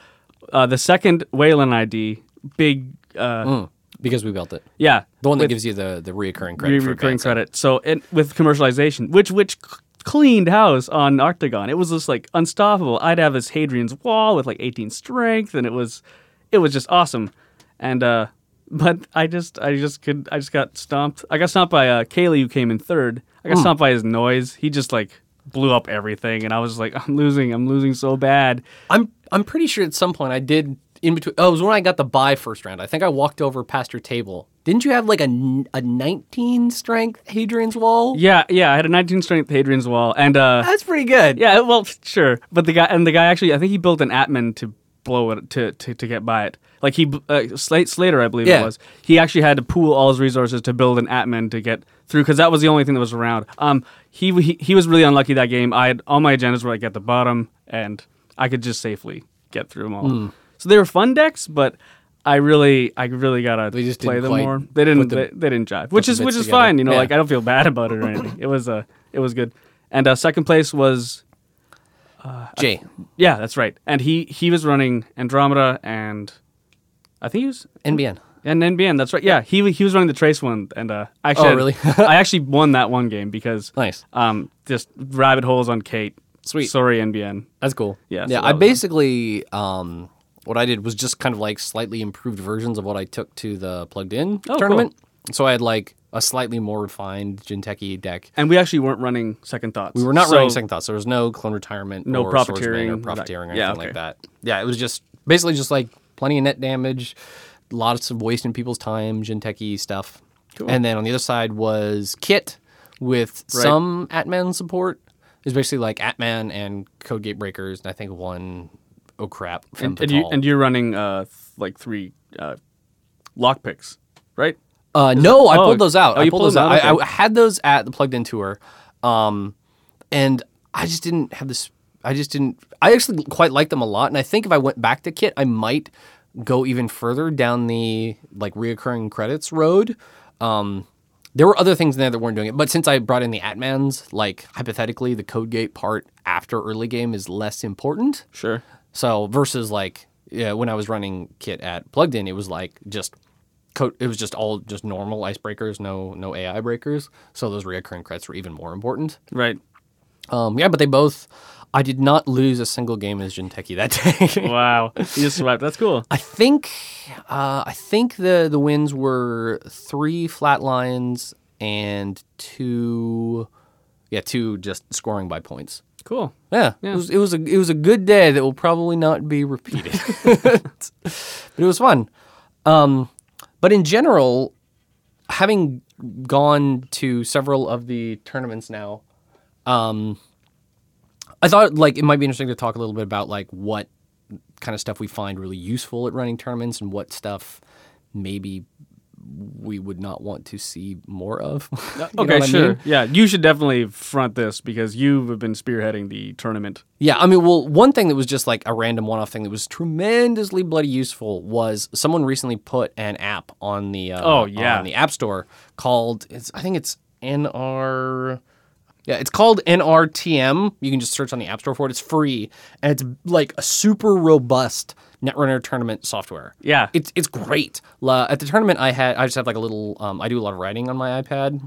[SPEAKER 2] uh, the second Wayland ID big uh
[SPEAKER 1] Mm. Because we built it.
[SPEAKER 2] yeah
[SPEAKER 1] The one that
[SPEAKER 2] with
[SPEAKER 1] gives you the the reoccurring
[SPEAKER 2] re-
[SPEAKER 1] credit. for
[SPEAKER 2] recurring
[SPEAKER 1] advancing.
[SPEAKER 2] credit. So it with commercialization, which which c- cleaned house on Octagon. It was just like unstoppable. I'd have this Hadrian's wall with like 18 strength, and it was it was just awesome. And uh but I just I just could I just got stomped. I got stomped by uh Kaylee who came in third. I got stomped by his noise. He just like blew up everything and I was just like I'm losing, I'm losing so bad.
[SPEAKER 1] I'm I'm pretty sure at some point I did in between. Oh, it was when I got the buy first round. I think I walked over past your table. Didn't you have like a, n- a 19 strength Hadrian's Wall?
[SPEAKER 2] Yeah, yeah. I had a 19 strength Hadrian's wall, and uh,
[SPEAKER 1] that's pretty good.
[SPEAKER 2] yeah, well, sure. But the guy and the guy actually, I think he built an Atman to blow it to to, to get by it. Like he, uh, Slate Slater, I believe
[SPEAKER 1] Yeah.
[SPEAKER 2] it was. He actually had to pool all his resources to build an Atman to get through because that was the only thing that was around. Um, he he, he was really unlucky that game. I had all my agendas were like at the bottom, and I could just safely get through them all.
[SPEAKER 1] Hmm.
[SPEAKER 2] So they were fun decks, but. I really, I really gotta
[SPEAKER 1] They just
[SPEAKER 2] play
[SPEAKER 1] didn't
[SPEAKER 2] them
[SPEAKER 1] quite
[SPEAKER 2] more. They didn't,
[SPEAKER 1] the-
[SPEAKER 2] they, they didn't jive, which
[SPEAKER 1] the
[SPEAKER 2] is, which
[SPEAKER 1] bits
[SPEAKER 2] is
[SPEAKER 1] together.
[SPEAKER 2] fine. You know,
[SPEAKER 1] Yeah.
[SPEAKER 2] like I don't feel bad about it or anything. It was, uh, it was good. And uh, second place was
[SPEAKER 1] Jay,
[SPEAKER 2] yeah, that's right. And he he was running Andromeda and I think he was
[SPEAKER 1] NBN.
[SPEAKER 2] and NBN. That's right. Yeah, he he was running the Trace one, and uh, I actually
[SPEAKER 1] Oh,
[SPEAKER 2] had-
[SPEAKER 1] really?
[SPEAKER 2] I actually won that one game because
[SPEAKER 1] Nice.
[SPEAKER 2] um just rabbit holes on Kate.
[SPEAKER 1] Sweet.
[SPEAKER 2] Sorry, NBN.
[SPEAKER 1] That's cool.
[SPEAKER 2] Yeah,
[SPEAKER 1] Yeah.
[SPEAKER 2] so that
[SPEAKER 1] I
[SPEAKER 2] was-
[SPEAKER 1] basically, um, what I did was just kind of like slightly improved versions of what I took to the plugged in
[SPEAKER 2] Oh, cool.
[SPEAKER 1] tournament. So I had like a slightly more refined Jinteki deck.
[SPEAKER 2] And we actually weren't running Second Thoughts.
[SPEAKER 1] We were not
[SPEAKER 2] so,
[SPEAKER 1] running second thoughts. There was no clone retirement,
[SPEAKER 2] No
[SPEAKER 1] or swordsman
[SPEAKER 2] profiteering,
[SPEAKER 1] or
[SPEAKER 2] that-
[SPEAKER 1] profiteering, or
[SPEAKER 2] yeah,
[SPEAKER 1] anything like
[SPEAKER 2] okay.
[SPEAKER 1] that. Yeah, it was just basically just like plenty of net damage, lots of wasting people's time, Jinteki stuff. And then on the other side was Kit with some Atman support. It was basically like Atman and Code Gate Breakers, and I think one oh crap from
[SPEAKER 2] And, and you
[SPEAKER 1] Fatal.
[SPEAKER 2] and you're running uh th- like three uh lock picks, right?
[SPEAKER 1] Uh, no, I
[SPEAKER 2] oh,
[SPEAKER 1] pulled those out.
[SPEAKER 2] oh,
[SPEAKER 1] I
[SPEAKER 2] you
[SPEAKER 1] pulled
[SPEAKER 2] pulled
[SPEAKER 1] those
[SPEAKER 2] them
[SPEAKER 1] out.
[SPEAKER 2] out,
[SPEAKER 1] I,
[SPEAKER 2] okay.
[SPEAKER 1] I had those at the plugged in tour, um, and I just didn't have this I just didn't. I actually quite like them a lot, and I think if I went back to Kit, I might go even further down the like reoccurring credits road. Um, there were other things in there that weren't doing it, but since I brought in the Atmans, like hypothetically, the code gate part after early game is less important.
[SPEAKER 2] Sure.
[SPEAKER 1] So versus like yeah, when I was running Kit at plugged in, it was like just co- it was just all just normal icebreakers, no no AI breakers. So those reoccurring credits were even more important.
[SPEAKER 2] Right.
[SPEAKER 1] Um, yeah, but they both. I did not lose a single game as Jinteki that day.
[SPEAKER 2] Wow. you just swept. That's cool.
[SPEAKER 1] I think uh, I think the the wins were three flat lines and two, yeah, two just scoring by points.
[SPEAKER 2] Cool.
[SPEAKER 1] Yeah, It, was, it was a it was a good day that will probably not be repeated, but it was fun. Um, but in general, having gone to several of the tournaments now, um, I thought like it might be interesting to talk a little bit about like what kind of stuff we find really useful at running tournaments and what stuff maybe we would not want to see more of. You know
[SPEAKER 2] Okay,
[SPEAKER 1] what I
[SPEAKER 2] sure.
[SPEAKER 1] mean?
[SPEAKER 2] Yeah, you should definitely front this because you have been spearheading the tournament.
[SPEAKER 1] Yeah, I mean, well, one thing that was just like a random one-off thing that was tremendously bloody useful was someone recently put an app on the uh,
[SPEAKER 2] Oh, yeah.
[SPEAKER 1] on the app store called it's I think it's NR yeah it's called NRTM. You can just search on the app store for it. It's free and it's like a super robust Netrunner tournament software.
[SPEAKER 2] Yeah.
[SPEAKER 1] it's it's great. La, at the tournament, I had I just have like a little. Um, I do a lot of writing on my iPad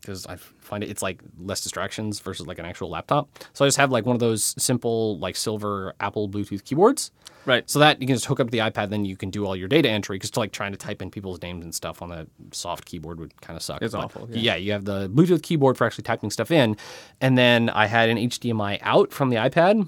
[SPEAKER 1] because I find it it's like less distractions versus like an actual laptop. So I just have like one of those simple like silver Apple Bluetooth keyboards.
[SPEAKER 2] Right.
[SPEAKER 1] So that you can just hook up the iPad, then you can do all your data entry. Because like trying to type in people's names and stuff on a soft keyboard would kind of suck.
[SPEAKER 2] It's
[SPEAKER 1] But
[SPEAKER 2] awful, yeah.
[SPEAKER 1] Yeah. you have the Bluetooth keyboard for actually typing stuff in, and then I had an HDMI out from the iPad,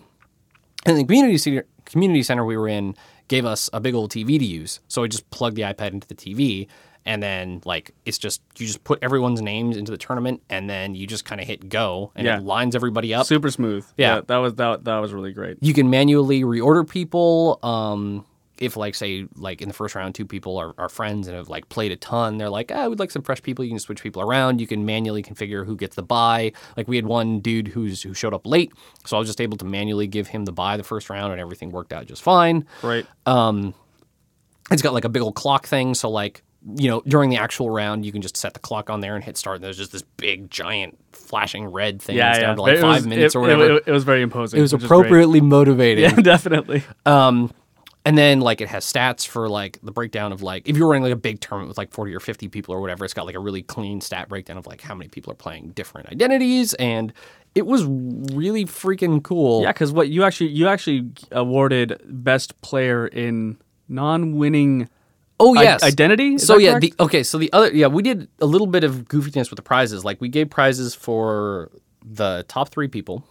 [SPEAKER 1] and the community center, community center we were in gave us a big old TV to use. So I just plugged the iPad into the TV, and then like it's just you just put everyone's names into the tournament, and then you just kind of hit go, and
[SPEAKER 2] Yeah.
[SPEAKER 1] it lines everybody up.
[SPEAKER 2] Super smooth.
[SPEAKER 1] Yeah.
[SPEAKER 2] that was that, that was really great.
[SPEAKER 1] You can manually reorder people. Um, if like say like in the first round, two people are, are friends and have like played a ton, they're like, ah, I would like some fresh people. You can switch people around. You can manually configure who gets the buy. Like we had one dude who's who showed up late, so I was just able to manually give him the buy the first round, and everything worked out just fine
[SPEAKER 2] Right.
[SPEAKER 1] it's got like a big old clock thing so like you know during the actual round you can just set the clock on there and hit start and there's just this big giant flashing red thing
[SPEAKER 2] yeah,
[SPEAKER 1] it's
[SPEAKER 2] yeah.
[SPEAKER 1] down to like
[SPEAKER 2] It
[SPEAKER 1] five
[SPEAKER 2] was-
[SPEAKER 1] minutes
[SPEAKER 2] it-
[SPEAKER 1] or whatever
[SPEAKER 2] It, it was very imposing.
[SPEAKER 1] it was
[SPEAKER 2] which is great.
[SPEAKER 1] appropriately motivating
[SPEAKER 2] Yeah, definitely.
[SPEAKER 1] and then like it has stats for like the breakdown of like if you're running like a big tournament with like 40 or 50 people or whatever it's got like a really clean stat breakdown of like how many people are playing different identities and it was really freaking cool
[SPEAKER 2] Yeah, because what you actually you actually awarded best player in non-winning
[SPEAKER 1] oh
[SPEAKER 2] i-
[SPEAKER 1] yes
[SPEAKER 2] identity. Is
[SPEAKER 1] So
[SPEAKER 2] that
[SPEAKER 1] yeah,
[SPEAKER 2] correct?
[SPEAKER 1] the, okay. So the other yeah, we did a little bit of goofiness with the prizes. Like we gave prizes for the top three people,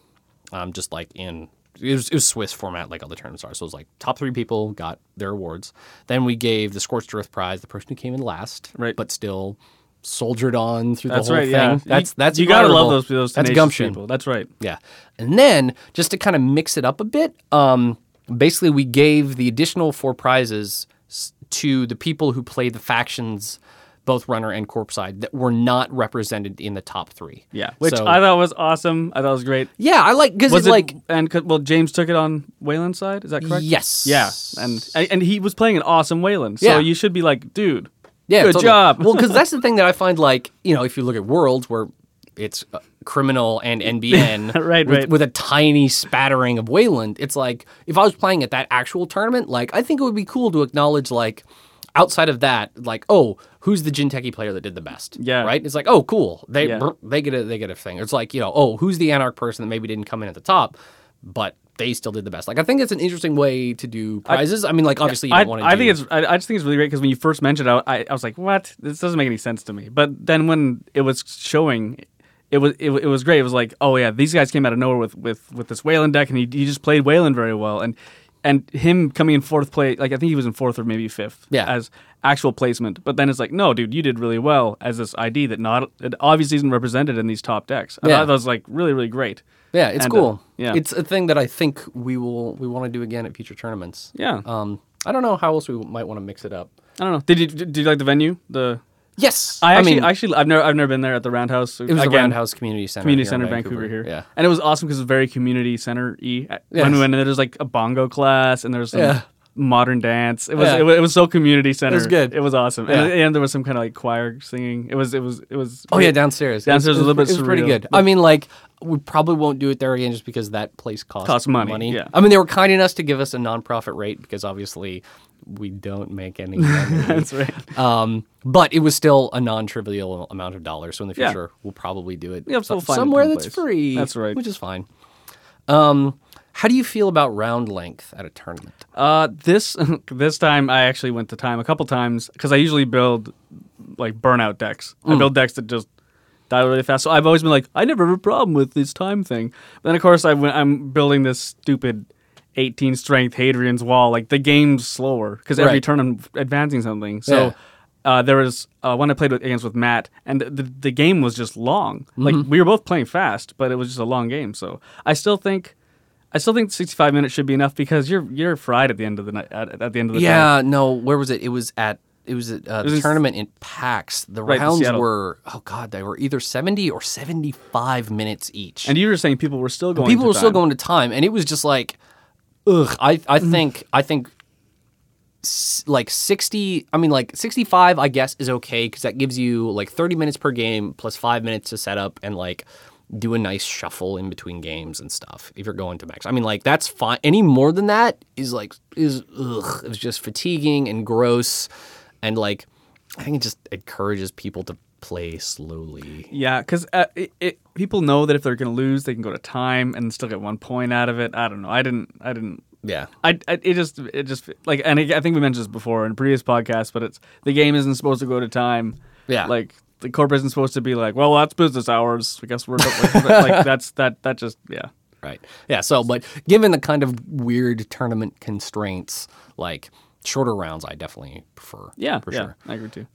[SPEAKER 1] um, just like in it was, it was Swiss format, like all the tournaments are. So it was like top three people got their awards. Then we gave the scorched earth prize, the person who came in last,
[SPEAKER 2] Right.
[SPEAKER 1] but still soldiered on through
[SPEAKER 2] that's
[SPEAKER 1] the whole
[SPEAKER 2] right.
[SPEAKER 1] thing.
[SPEAKER 2] Yeah, You-
[SPEAKER 1] That's that's
[SPEAKER 2] you gotta love
[SPEAKER 1] admirable.
[SPEAKER 2] those those
[SPEAKER 1] that's
[SPEAKER 2] tenacious
[SPEAKER 1] gumption.
[SPEAKER 2] people. That's right.
[SPEAKER 1] Yeah. And then just to kind of mix it up a bit, um, basically we gave the additional four prizes s- to the people who played the factions, both runner and corp side, that were not represented in the top three.
[SPEAKER 2] Yeah, which
[SPEAKER 1] So-
[SPEAKER 2] I thought was awesome. I thought was great.
[SPEAKER 1] yeah, I like because
[SPEAKER 2] Was
[SPEAKER 1] it's
[SPEAKER 2] it
[SPEAKER 1] like
[SPEAKER 2] like and could- well James took it on Waylon's side? Is that correct?
[SPEAKER 1] Yes.
[SPEAKER 2] Yeah, and and and he was playing an awesome Waylon. So
[SPEAKER 1] Yeah.
[SPEAKER 2] you should be like, dude,
[SPEAKER 1] Yeah,
[SPEAKER 2] good
[SPEAKER 1] totally.
[SPEAKER 2] job.
[SPEAKER 1] well, because that's the thing that I find like you know if you look at worlds where it's uh, criminal and NBN
[SPEAKER 2] Right,
[SPEAKER 1] with,
[SPEAKER 2] right.
[SPEAKER 1] with a tiny spattering of Wayland, it's like if I was playing at that actual tournament, like I think it would be cool to acknowledge like outside of that, like oh who's the Jinteki player that did the best?
[SPEAKER 2] Yeah.
[SPEAKER 1] right. It's like oh cool they
[SPEAKER 2] Yeah.
[SPEAKER 1] brr, they get a they get a thing. It's like you know oh who's the anarch person that maybe didn't come in at the top, but. They still did the best. Like I think it's an interesting way to do prizes. I, mean, like obviously you
[SPEAKER 2] I,
[SPEAKER 1] don't want to.
[SPEAKER 2] I think it's I, I just think it's really great because when you first mentioned it, I, I was like, what? This doesn't make any sense to me. But then when it was showing, it was it, it was great. It was like, oh yeah, these guys came out of nowhere with with with this Waylon deck, and he he just played Waylon very well, and and him coming in fourth play, like I think he was in fourth or maybe fifth,
[SPEAKER 1] Yeah.
[SPEAKER 2] as actual placement. But then it's like, no, dude, you did really well as this ID that not it obviously isn't represented in these top decks. I
[SPEAKER 1] Yeah.
[SPEAKER 2] thought that was like really really great.
[SPEAKER 1] Yeah, it's
[SPEAKER 2] And, uh,
[SPEAKER 1] cool.
[SPEAKER 2] yeah.
[SPEAKER 1] it's a thing that I think we will we want to do again at future tournaments.
[SPEAKER 2] Yeah,
[SPEAKER 1] Um, I don't know how else we might want to mix it up.
[SPEAKER 2] I don't know. Did you did you like the venue? The
[SPEAKER 1] Yes,
[SPEAKER 2] I actually,
[SPEAKER 1] mean,
[SPEAKER 2] actually, I've never, I've never been there at the Roundhouse.
[SPEAKER 1] it was
[SPEAKER 2] Again,
[SPEAKER 1] the Roundhouse Community Center,
[SPEAKER 2] Community
[SPEAKER 1] here in
[SPEAKER 2] Center, Vancouver. here,
[SPEAKER 1] Yeah,
[SPEAKER 2] and it was awesome because it's very community center y.
[SPEAKER 1] Yes.
[SPEAKER 2] When we went in, there's like a bongo class and there's some
[SPEAKER 1] Yeah.
[SPEAKER 2] modern dance. It was,
[SPEAKER 1] Yeah.
[SPEAKER 2] it was it was so community center.
[SPEAKER 1] good.
[SPEAKER 2] It was awesome,
[SPEAKER 1] Yeah.
[SPEAKER 2] and, and there was some kind of like choir singing. It was it was it was.
[SPEAKER 1] Oh yeah, downstairs. It
[SPEAKER 2] Downstairs
[SPEAKER 1] it
[SPEAKER 2] was a little bit
[SPEAKER 1] It was pretty
[SPEAKER 2] surreal,
[SPEAKER 1] good. I mean, like we probably won't do it there again just because that place costs
[SPEAKER 2] Costs money, yeah.
[SPEAKER 1] I mean, they were kind enough to give us a nonprofit rate because obviously we don't make any money.
[SPEAKER 2] That's right.
[SPEAKER 1] um, but it was still a non-trivial amount of dollars. So in the
[SPEAKER 2] Yeah.
[SPEAKER 1] future, we'll probably do it
[SPEAKER 2] Yeah, so
[SPEAKER 1] some-
[SPEAKER 2] find it
[SPEAKER 1] somewhere
[SPEAKER 2] someplace.
[SPEAKER 1] that's free.
[SPEAKER 2] That's right.
[SPEAKER 1] which is fine. Um, how do you feel about round length at a tournament?
[SPEAKER 2] Uh, this this time I actually went to time a couple times because I usually build like burnout decks.
[SPEAKER 1] Hmm.
[SPEAKER 2] I build decks that just die really fast. So I've always been like, I never have a problem with this time thing. But then of course I went, I'm building this stupid 18 strength Hadrian's Wall. Like the game's slower because every
[SPEAKER 1] Right.
[SPEAKER 2] turn I'm advancing something. So.
[SPEAKER 1] Yeah.
[SPEAKER 2] Uh, there was uh, one I played with, against with Matt, and the, the game was just long.
[SPEAKER 1] Mm-hmm.
[SPEAKER 2] Like we were both playing fast, but it was just a long game. So I still think, I still think sixty five minutes should be enough because you're you're fried at the end of the night. At, at the end of the time.
[SPEAKER 1] Yeah, no. Where was it? It was at it was at uh,
[SPEAKER 2] was
[SPEAKER 1] the
[SPEAKER 2] in-
[SPEAKER 1] tournament in PAX. The
[SPEAKER 2] Right, in
[SPEAKER 1] rounds
[SPEAKER 2] Seattle.
[SPEAKER 1] were oh god, they were either seventy or seventy five minutes each.
[SPEAKER 2] And you were saying people were still going.
[SPEAKER 1] people
[SPEAKER 2] to
[SPEAKER 1] were still
[SPEAKER 2] time.
[SPEAKER 1] going to time, and it was just like, ugh. I I think I think s- like 60 i mean like 65 i guess is okay because that gives you like 30 minutes per game plus five minutes to set up and like do a nice shuffle in between games and stuff if you're going to max i mean like that's fine any more than that is like is ugh it's just fatiguing and gross and like i think it just encourages people to play slowly
[SPEAKER 2] Yeah, because uh, it, it, people know that if they're going to lose, they can go to time and still get one point out of it. I don't know. I didn't. I didn't.
[SPEAKER 1] yeah
[SPEAKER 2] I, I it just it just like and I, I think we mentioned this before in previous podcasts, but it's the game isn't supposed to go to time.
[SPEAKER 1] Yeah.
[SPEAKER 2] like the corp isn't supposed to be like, well, that's business hours. I guess we're like, like that's that that just yeah.
[SPEAKER 1] Right. Yeah. So, but given the kind of weird tournament constraints, like shorter rounds, I definitely prefer.
[SPEAKER 2] Yeah,
[SPEAKER 1] for
[SPEAKER 2] yeah,
[SPEAKER 1] sure.
[SPEAKER 2] I agree too.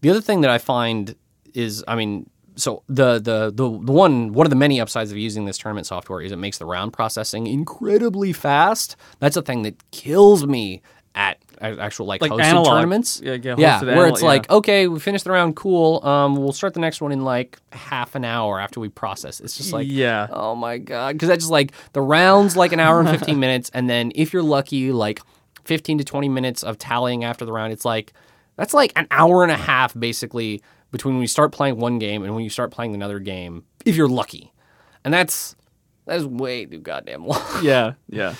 [SPEAKER 1] The other thing that I find is, I mean, so the, the the the one one of the many upsides of using this tournament software is it makes the round processing incredibly fast. That's a thing that kills me at a- actual like,
[SPEAKER 2] Like
[SPEAKER 1] hosted
[SPEAKER 2] analog.
[SPEAKER 1] tournaments.
[SPEAKER 2] Yeah, yeah, hosted
[SPEAKER 1] where
[SPEAKER 2] analog,
[SPEAKER 1] it's
[SPEAKER 2] yeah.
[SPEAKER 1] like, okay, we finished the round, cool. Um, we'll start the next one in like half an hour after we process. It's just like,
[SPEAKER 2] yeah,
[SPEAKER 1] Oh my god, because that's just like the rounds, like an hour and fifteen minutes, and then if you're lucky, like fifteen to twenty minutes of tallying after the round. It's like that's like an hour and a half basically between when you start playing one game and when you start playing another game, if you're lucky, and that's that is way too goddamn long.
[SPEAKER 2] yeah, yeah.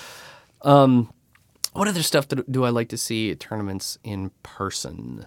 [SPEAKER 1] what other stuff do, do I like to see at tournaments in person?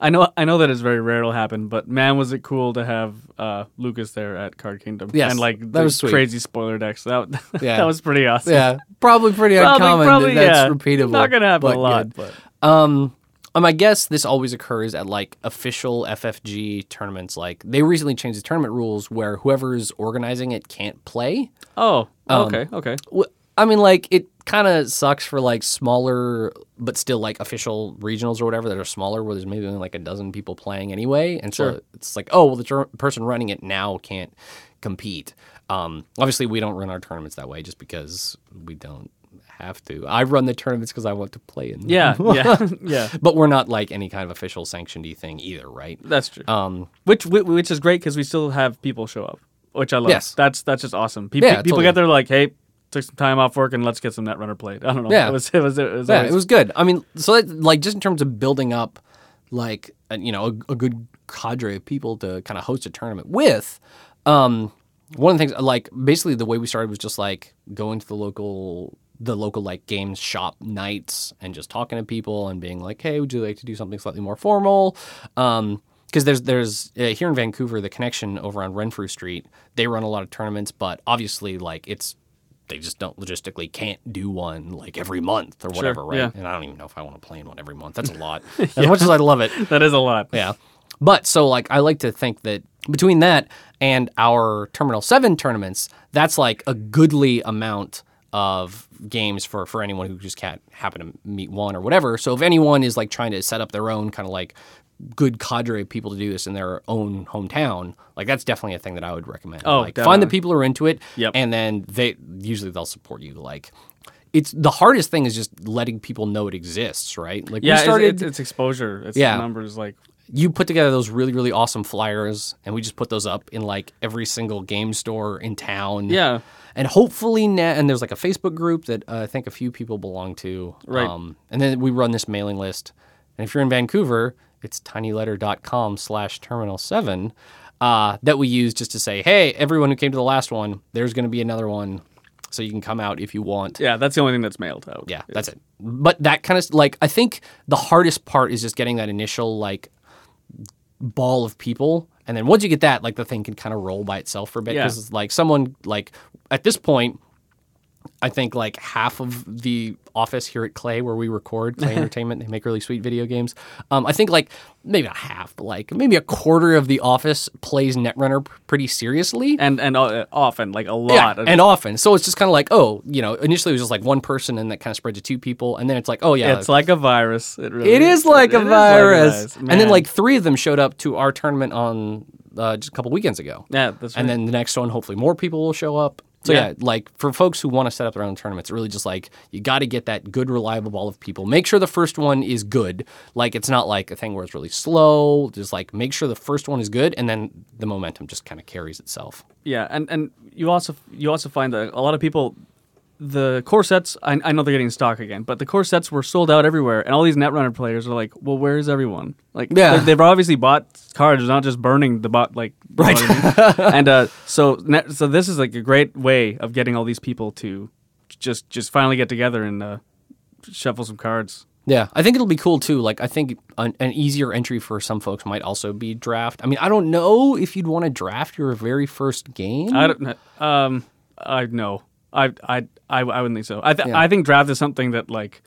[SPEAKER 2] I know I know that it's very rare it'll happen, but man, was it cool to have uh, Lucas there at Card Kingdom.
[SPEAKER 1] Yes,
[SPEAKER 2] and like
[SPEAKER 1] that
[SPEAKER 2] the
[SPEAKER 1] was sweet.
[SPEAKER 2] crazy spoiler decks. That
[SPEAKER 1] Yeah.
[SPEAKER 2] that was pretty awesome.
[SPEAKER 1] Yeah, probably pretty
[SPEAKER 2] Probably-
[SPEAKER 1] uncommon. that
[SPEAKER 2] probably, yeah.
[SPEAKER 1] that's repeatable.
[SPEAKER 2] Not gonna happen
[SPEAKER 1] but
[SPEAKER 2] a lot,
[SPEAKER 1] good.
[SPEAKER 2] but
[SPEAKER 1] Um, um, I guess this always occurs at like official FFG tournaments. Like they recently changed the tournament rules where whoever's organizing it can't play.
[SPEAKER 2] oh,
[SPEAKER 1] Um,
[SPEAKER 2] okay, okay.
[SPEAKER 1] Wh- I mean, like it kind of sucks for like smaller, but still like official regionals or whatever that are smaller, where there's maybe only like a dozen people playing anyway, and so
[SPEAKER 2] Sure.
[SPEAKER 1] it's like, oh, well, the tur- person running it now can't compete. Um, obviously, we don't run our tournaments that way just because we don't have to. I run the tournaments because I want to play in. them.
[SPEAKER 2] Yeah, yeah, yeah.
[SPEAKER 1] But we're not like any kind of official sanctioned thing either, right?
[SPEAKER 2] That's true.
[SPEAKER 1] Um,
[SPEAKER 2] which whi- which is great because we still have people show up, which I love.
[SPEAKER 1] Yes.
[SPEAKER 2] that's that's just awesome. People
[SPEAKER 1] Yeah,
[SPEAKER 2] people
[SPEAKER 1] totally.
[SPEAKER 2] get there like, hey, took some time off work and let's get some Netrunner played. I don't know.
[SPEAKER 1] Yeah.
[SPEAKER 2] it was it was it was,
[SPEAKER 1] yeah,
[SPEAKER 2] always-
[SPEAKER 1] it was good. I mean, so that, like just in terms of building up, like a, you know, a, a good cadre of people to kind of host a tournament with. Um, one of the things, like basically, the way we started was just like going to the local, the local like game shop nights and just talking to people and being like, hey, would you like to do something slightly more formal? Um, because there's there's uh, here in Vancouver, the connection over on Renfrew Street, they run a lot of tournaments, but obviously, like it's they just don't logistically can't do one like every month or whatever, right?
[SPEAKER 2] yeah.
[SPEAKER 1] And I don't even know if I want to play in one every month. That's a lot. As much as I love it,
[SPEAKER 2] that is a lot.
[SPEAKER 1] yeah. But so like I like to think that between that and our Terminal 7 tournaments, that's like a goodly amount of games for for anyone who just can't happen to meet one or whatever. So if anyone is like trying to set up their own kind of like good cadre of people to do this in their own hometown, like that's definitely a thing that I would recommend.
[SPEAKER 2] Oh,
[SPEAKER 1] like find the
[SPEAKER 2] definitely.
[SPEAKER 1] people who are into it
[SPEAKER 2] Yep.
[SPEAKER 1] and then they usually they'll support you like it's the hardest thing is just letting people know it exists, right? Like
[SPEAKER 2] Yeah,
[SPEAKER 1] we
[SPEAKER 2] it's-
[SPEAKER 1] started,
[SPEAKER 2] it's, it's exposure. It's
[SPEAKER 1] Yeah.
[SPEAKER 2] numbers like
[SPEAKER 1] you put together those really really awesome flyers, and we just put those up in like every single game store in town.
[SPEAKER 2] Yeah.
[SPEAKER 1] and hopefully, na- and there's like a Facebook group that uh, I think a few people belong to. Um,
[SPEAKER 2] Right.
[SPEAKER 1] and then we run this mailing list, and if you're in Vancouver, it's tinyletter.com slash terminal seven. Uh, that we use just to say, hey, everyone who came to the last one, there's going to be another one, so you can come out if you want.
[SPEAKER 2] yeah, that's the only thing that's mailed out.
[SPEAKER 1] Yeah, that's it. But that kind of like I think the hardest part is just getting that initial like ball of people, and then once you get that, like the thing can kind of roll by itself for a bit
[SPEAKER 2] Yeah.
[SPEAKER 1] because like someone like at this point. I think like half of the office here at Clay, where we record Clay Entertainment, they make really sweet video games. Um, I think like maybe not half, but like maybe a quarter of the office plays Netrunner p- pretty seriously.
[SPEAKER 2] And and uh, often like a lot.
[SPEAKER 1] Yeah,
[SPEAKER 2] of,
[SPEAKER 1] and often. So it's just kind of like, oh, you know, initially it was just like one person and that kind of spread to two people. And then it's like, oh, yeah.
[SPEAKER 2] it's like a virus. It really
[SPEAKER 1] it is like
[SPEAKER 2] it
[SPEAKER 1] a
[SPEAKER 2] is
[SPEAKER 1] virus. and
[SPEAKER 2] man.
[SPEAKER 1] then like three of them showed up to our tournament on uh, just a couple weekends ago.
[SPEAKER 2] yeah, that's right.
[SPEAKER 1] And then the next one, hopefully more people will show up. So yeah,
[SPEAKER 2] Yeah.
[SPEAKER 1] like for folks who want to set up their own tournaments, really just like you got to get that good, reliable ball of people. Make sure the first one is good. Like it's not like a thing where it's really slow. Just like make sure the first one is good, and then the momentum just kind of carries itself.
[SPEAKER 2] Yeah, and and you also you also find that a lot of people, the core sets. I, I know they're getting stock again, but the core sets were sold out everywhere, and all these Netrunner players are like, "Well, where is everyone?" Like,
[SPEAKER 1] Yeah.
[SPEAKER 2] they- they've obviously bought cards, not just burning the bot. Like, right. and uh, so net, so this is like a great way of getting all these people to just just finally get together and uh, shuffle some cards.
[SPEAKER 1] Yeah, I think it'll be cool too. Like, I think an, an easier entry for some folks might also be draft. I mean, I don't know if you'd want to draft your very first game.
[SPEAKER 2] I don't. kn- Um, I no. I I I, I wouldn't think so. I th- I think draft is something that like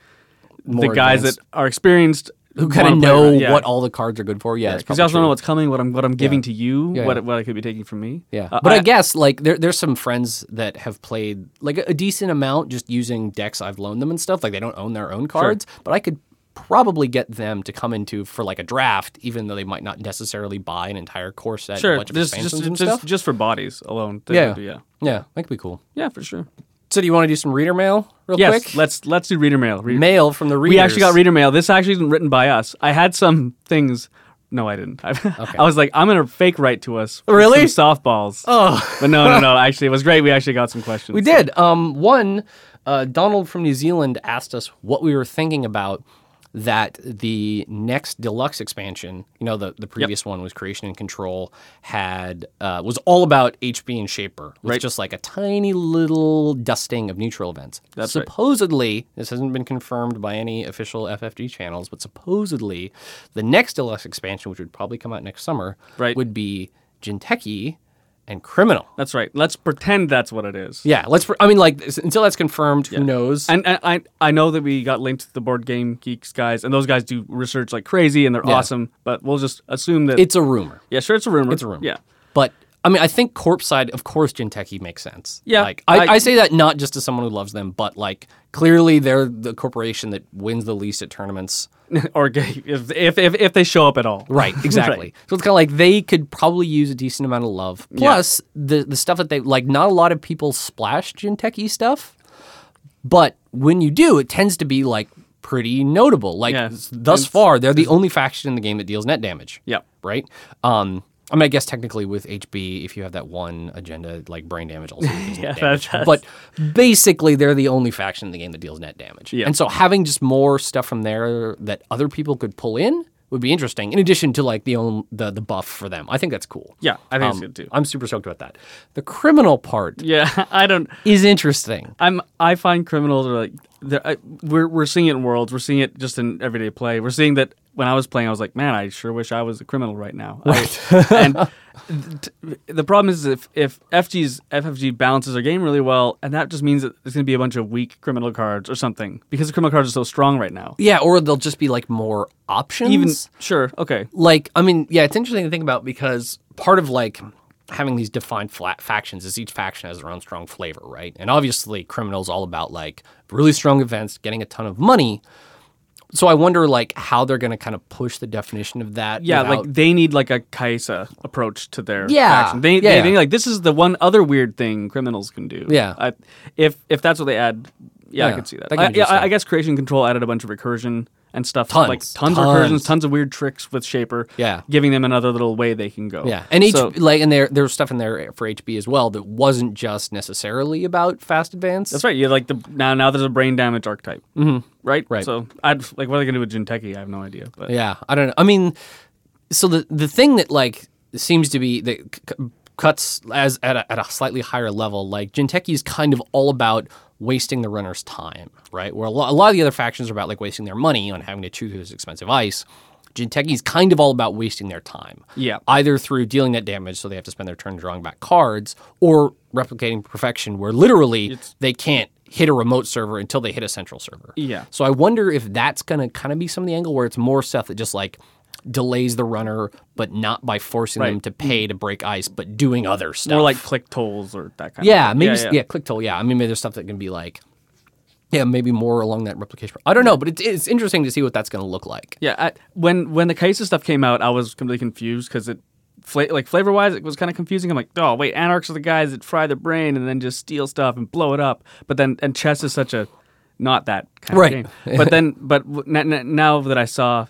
[SPEAKER 1] More
[SPEAKER 2] the guys
[SPEAKER 1] advanced.
[SPEAKER 2] that are experienced
[SPEAKER 1] who kind of know what all the cards are good for. Yeah, it's
[SPEAKER 2] because you also
[SPEAKER 1] probably
[SPEAKER 2] know
[SPEAKER 1] true.
[SPEAKER 2] what's coming, what I'm what I'm giving to you,
[SPEAKER 1] Yeah,
[SPEAKER 2] what
[SPEAKER 1] yeah.
[SPEAKER 2] what I could be taking from me.
[SPEAKER 1] Yeah,
[SPEAKER 2] Uh,
[SPEAKER 1] but I, guess like there, there's some friends that have played like a, a decent amount just using decks I've loaned them and stuff. Like they don't own their own cards, but I could probably get them to come into for like a draft, even though they might not necessarily buy an entire core set, and a
[SPEAKER 2] sure,
[SPEAKER 1] bunch of
[SPEAKER 2] just
[SPEAKER 1] expansions
[SPEAKER 2] just
[SPEAKER 1] and
[SPEAKER 2] just,
[SPEAKER 1] stuff.
[SPEAKER 2] just for bodies alone. they
[SPEAKER 1] yeah.
[SPEAKER 2] would do- yeah,
[SPEAKER 1] yeah, that could be cool.
[SPEAKER 2] yeah, for sure.
[SPEAKER 1] So do you want to do some reader mail real
[SPEAKER 2] Yes,
[SPEAKER 1] quick?
[SPEAKER 2] let's let's do reader mail. Re-
[SPEAKER 1] mail from the readers.
[SPEAKER 2] we actually got reader mail. This actually isn't written by us. I had some things. No, I didn't. I, I was like, I'm gonna fake write to us. with
[SPEAKER 1] Really?
[SPEAKER 2] Some softballs. Oh, but no, no, no. Actually, it was great. We actually got some questions.
[SPEAKER 1] We did. Um, one, uh, Donald from New Zealand asked us what we were thinking about that the next deluxe expansion, you know, the, the previous one was Creation and Control, had uh, was all about HB and Shaper, with
[SPEAKER 2] Right.
[SPEAKER 1] just like a tiny little dusting of neutral events.
[SPEAKER 2] That's right.
[SPEAKER 1] supposedly, this hasn't been confirmed by any official FFG channels, but supposedly the next deluxe expansion, which would probably come out next summer,
[SPEAKER 2] Right.
[SPEAKER 1] would be Jinteki and Criminal.
[SPEAKER 2] That's right. Let's pretend that's what it is.
[SPEAKER 1] Yeah, let's. I mean, like s- until that's confirmed, who knows?
[SPEAKER 2] And, and I I know that we got linked to the board game geeks guys, and those guys do research like crazy, and they're awesome. But we'll just assume that
[SPEAKER 1] it's a rumor.
[SPEAKER 2] yeah, sure, it's a rumor.
[SPEAKER 1] It's a rumor.
[SPEAKER 2] Yeah,
[SPEAKER 1] but I mean, I think corpse side, of course, Jinteki makes sense.
[SPEAKER 2] Yeah,
[SPEAKER 1] like I, I,
[SPEAKER 2] I-
[SPEAKER 1] say that not just to someone who loves them, but like clearly they're the corporation that wins the least at tournaments.
[SPEAKER 2] or ga- if, if if if they show up at all.
[SPEAKER 1] Right, exactly. So it's kind of like they could probably use a decent amount of love. Plus, the the stuff that they like, not a lot of people splash Jinteki stuff, but when you do, it tends to be like pretty notable. Like
[SPEAKER 2] Yeah.
[SPEAKER 1] thus far, they're the only faction in the game that deals net damage.
[SPEAKER 2] Yep.
[SPEAKER 1] Right. Um. I mean, I guess technically with HB, if you have that one agenda, like brain damage also deals net
[SPEAKER 2] that
[SPEAKER 1] damage.
[SPEAKER 2] does.
[SPEAKER 1] But basically, they're the only faction in the game that deals net damage.
[SPEAKER 2] Yeah.
[SPEAKER 1] And so having just more stuff from there that other people could pull in would be interesting. In addition to like the own, the the buff for them, I think that's cool. Um,
[SPEAKER 2] Yeah, I think it's good too.
[SPEAKER 1] I'm super stoked about that. The criminal part
[SPEAKER 2] Yeah, I don't.
[SPEAKER 1] is interesting.
[SPEAKER 2] I'm I find criminals are like they're- I, we're we're seeing it in worlds. We're seeing it just in everyday play. We're seeing that when I was playing, I was like, man, I sure wish I was a criminal right now. I- and th- t- the problem is if if FG's FFG balances our game really well, and that just means that there's going to be a bunch of weak criminal cards or something because the criminal cards are so strong right now.
[SPEAKER 1] Yeah, or they'll just be like more options.
[SPEAKER 2] Even sure, okay,
[SPEAKER 1] like I mean, yeah, it's interesting to think about because part of like having these defined flat factions is each faction has their own strong flavor, right? And obviously, criminals all about like really strong events, getting a ton of money. So I wonder like how they're going to kind of push the definition of that.
[SPEAKER 2] yeah,
[SPEAKER 1] without-
[SPEAKER 2] like they need like a Kaisa approach to their
[SPEAKER 1] Yeah,
[SPEAKER 2] faction. They,
[SPEAKER 1] yeah,
[SPEAKER 2] they, they
[SPEAKER 1] yeah.
[SPEAKER 2] like this is the one other weird thing criminals can do.
[SPEAKER 1] Yeah.
[SPEAKER 2] I, if if that's what they add, yeah, I
[SPEAKER 1] Yeah,
[SPEAKER 2] could see that.
[SPEAKER 1] that
[SPEAKER 2] I-
[SPEAKER 1] can be
[SPEAKER 2] yeah, I,
[SPEAKER 1] interesting.
[SPEAKER 2] I guess creation control added a bunch of recursion and stuff.
[SPEAKER 1] Tons.
[SPEAKER 2] like tons, of
[SPEAKER 1] Tons.
[SPEAKER 2] recursions, tons of weird tricks with Shaper.
[SPEAKER 1] Yeah.
[SPEAKER 2] giving them another little way they can go.
[SPEAKER 1] Yeah, and each
[SPEAKER 2] So-
[SPEAKER 1] like and there there was stuff in there for HB as well that wasn't just necessarily about fast advance.
[SPEAKER 2] That's right. You like the now. Now there's a brain damage archetype, mm-hmm. right?
[SPEAKER 1] Right.
[SPEAKER 2] So I'd like what are they gonna do with Jinteki? I have no idea. But
[SPEAKER 1] Yeah, I don't know. I mean, so the the thing that like seems to be that c- c- cuts as at a, at a slightly higher level, like Jinteki is kind of all about wasting the runner's time, right? Where a lot, a lot of the other factions are about like wasting their money on having to chew through this expensive ice. Jinteki is kind of all about wasting their time.
[SPEAKER 2] Yeah.
[SPEAKER 1] Either through dealing that damage, so they have to spend their turn drawing back cards, or replicating perfection, where literally they can't hit a remote server until they hit a central server.
[SPEAKER 2] Yeah.
[SPEAKER 1] So I wonder if that's going to kind of be some of the angle where it's more stuff that just like delays the runner, but not by forcing them
[SPEAKER 2] Right.
[SPEAKER 1] to pay to break ice, but doing other stuff.
[SPEAKER 2] more like click tolls or that kind.
[SPEAKER 1] yeah,
[SPEAKER 2] of thing.
[SPEAKER 1] maybe yeah, click toll. Yeah, I mean maybe there's stuff that can be like, yeah, maybe more along that replication. I don't know, but it's it's interesting to see what that's going to look like.
[SPEAKER 2] Yeah, I, when when the Kaisa stuff came out, I was completely confused because it, fla- like flavor wise, it was kind of confusing. I'm like, oh wait, anarchs are the guys that fry the brain and then just steal stuff and blow it up. But then and chess is such a not that kind
[SPEAKER 1] Right.
[SPEAKER 2] of game. But then, but w- n- n- now that I saw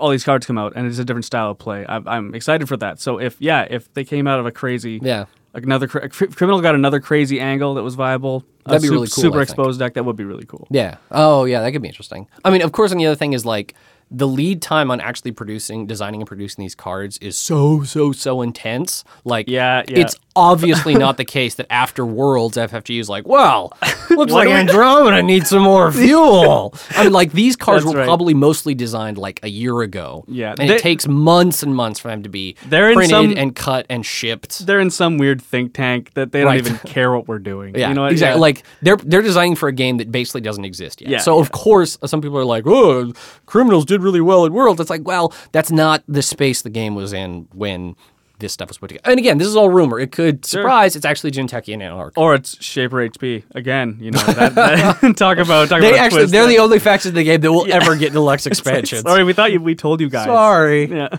[SPEAKER 2] all these cards come out and it's a different style of play, I'm, I'm excited for that. So if yeah, if they came out of a crazy
[SPEAKER 1] Yeah.
[SPEAKER 2] like another cra- cr- criminal got another crazy angle that was viable. a
[SPEAKER 1] That'd be
[SPEAKER 2] sup-
[SPEAKER 1] really cool, I
[SPEAKER 2] Super
[SPEAKER 1] think.
[SPEAKER 2] exposed deck that would be really cool.
[SPEAKER 1] Yeah. Oh, yeah. That could be interesting. I mean, of course. And the other thing is like the lead time on actually producing, designing, and producing these cards is so, so, so intense. Like,
[SPEAKER 2] Yeah, yeah.
[SPEAKER 1] it's obviously not the case that after Worlds, FFG is like, well, looks like
[SPEAKER 2] do we-
[SPEAKER 1] Andromeda needs some more fuel. I mean, like these cards
[SPEAKER 2] That's
[SPEAKER 1] were
[SPEAKER 2] right.
[SPEAKER 1] probably mostly designed like a year ago.
[SPEAKER 2] Yeah,
[SPEAKER 1] and
[SPEAKER 2] they-
[SPEAKER 1] it takes months and months for them to be
[SPEAKER 2] They're in
[SPEAKER 1] printed
[SPEAKER 2] some-
[SPEAKER 1] and cut and shipped.
[SPEAKER 2] they're in some weird think tank that they don't
[SPEAKER 1] Right.
[SPEAKER 2] even care what we're doing.
[SPEAKER 1] Yeah,
[SPEAKER 2] you know what?
[SPEAKER 1] exactly.
[SPEAKER 2] Yeah.
[SPEAKER 1] Like they're they're designing for a game that basically doesn't exist yet.
[SPEAKER 2] Yeah,
[SPEAKER 1] so of course, some people are like, "Oh, criminals did really well at Worlds." It's like, well, that's not the space the game was in when this stuff was put together. And again, this is all rumor. It could surprise. It's actually Jinteki and Anarch.
[SPEAKER 2] or it's Shaper HP again. You know, that, that- talk about talk
[SPEAKER 1] They
[SPEAKER 2] about a
[SPEAKER 1] actually
[SPEAKER 2] twist.
[SPEAKER 1] they're the only factions in the game that will ever get deluxe expansions.
[SPEAKER 2] Sorry, we thought you, we told you guys.
[SPEAKER 1] Sorry.
[SPEAKER 2] Yeah.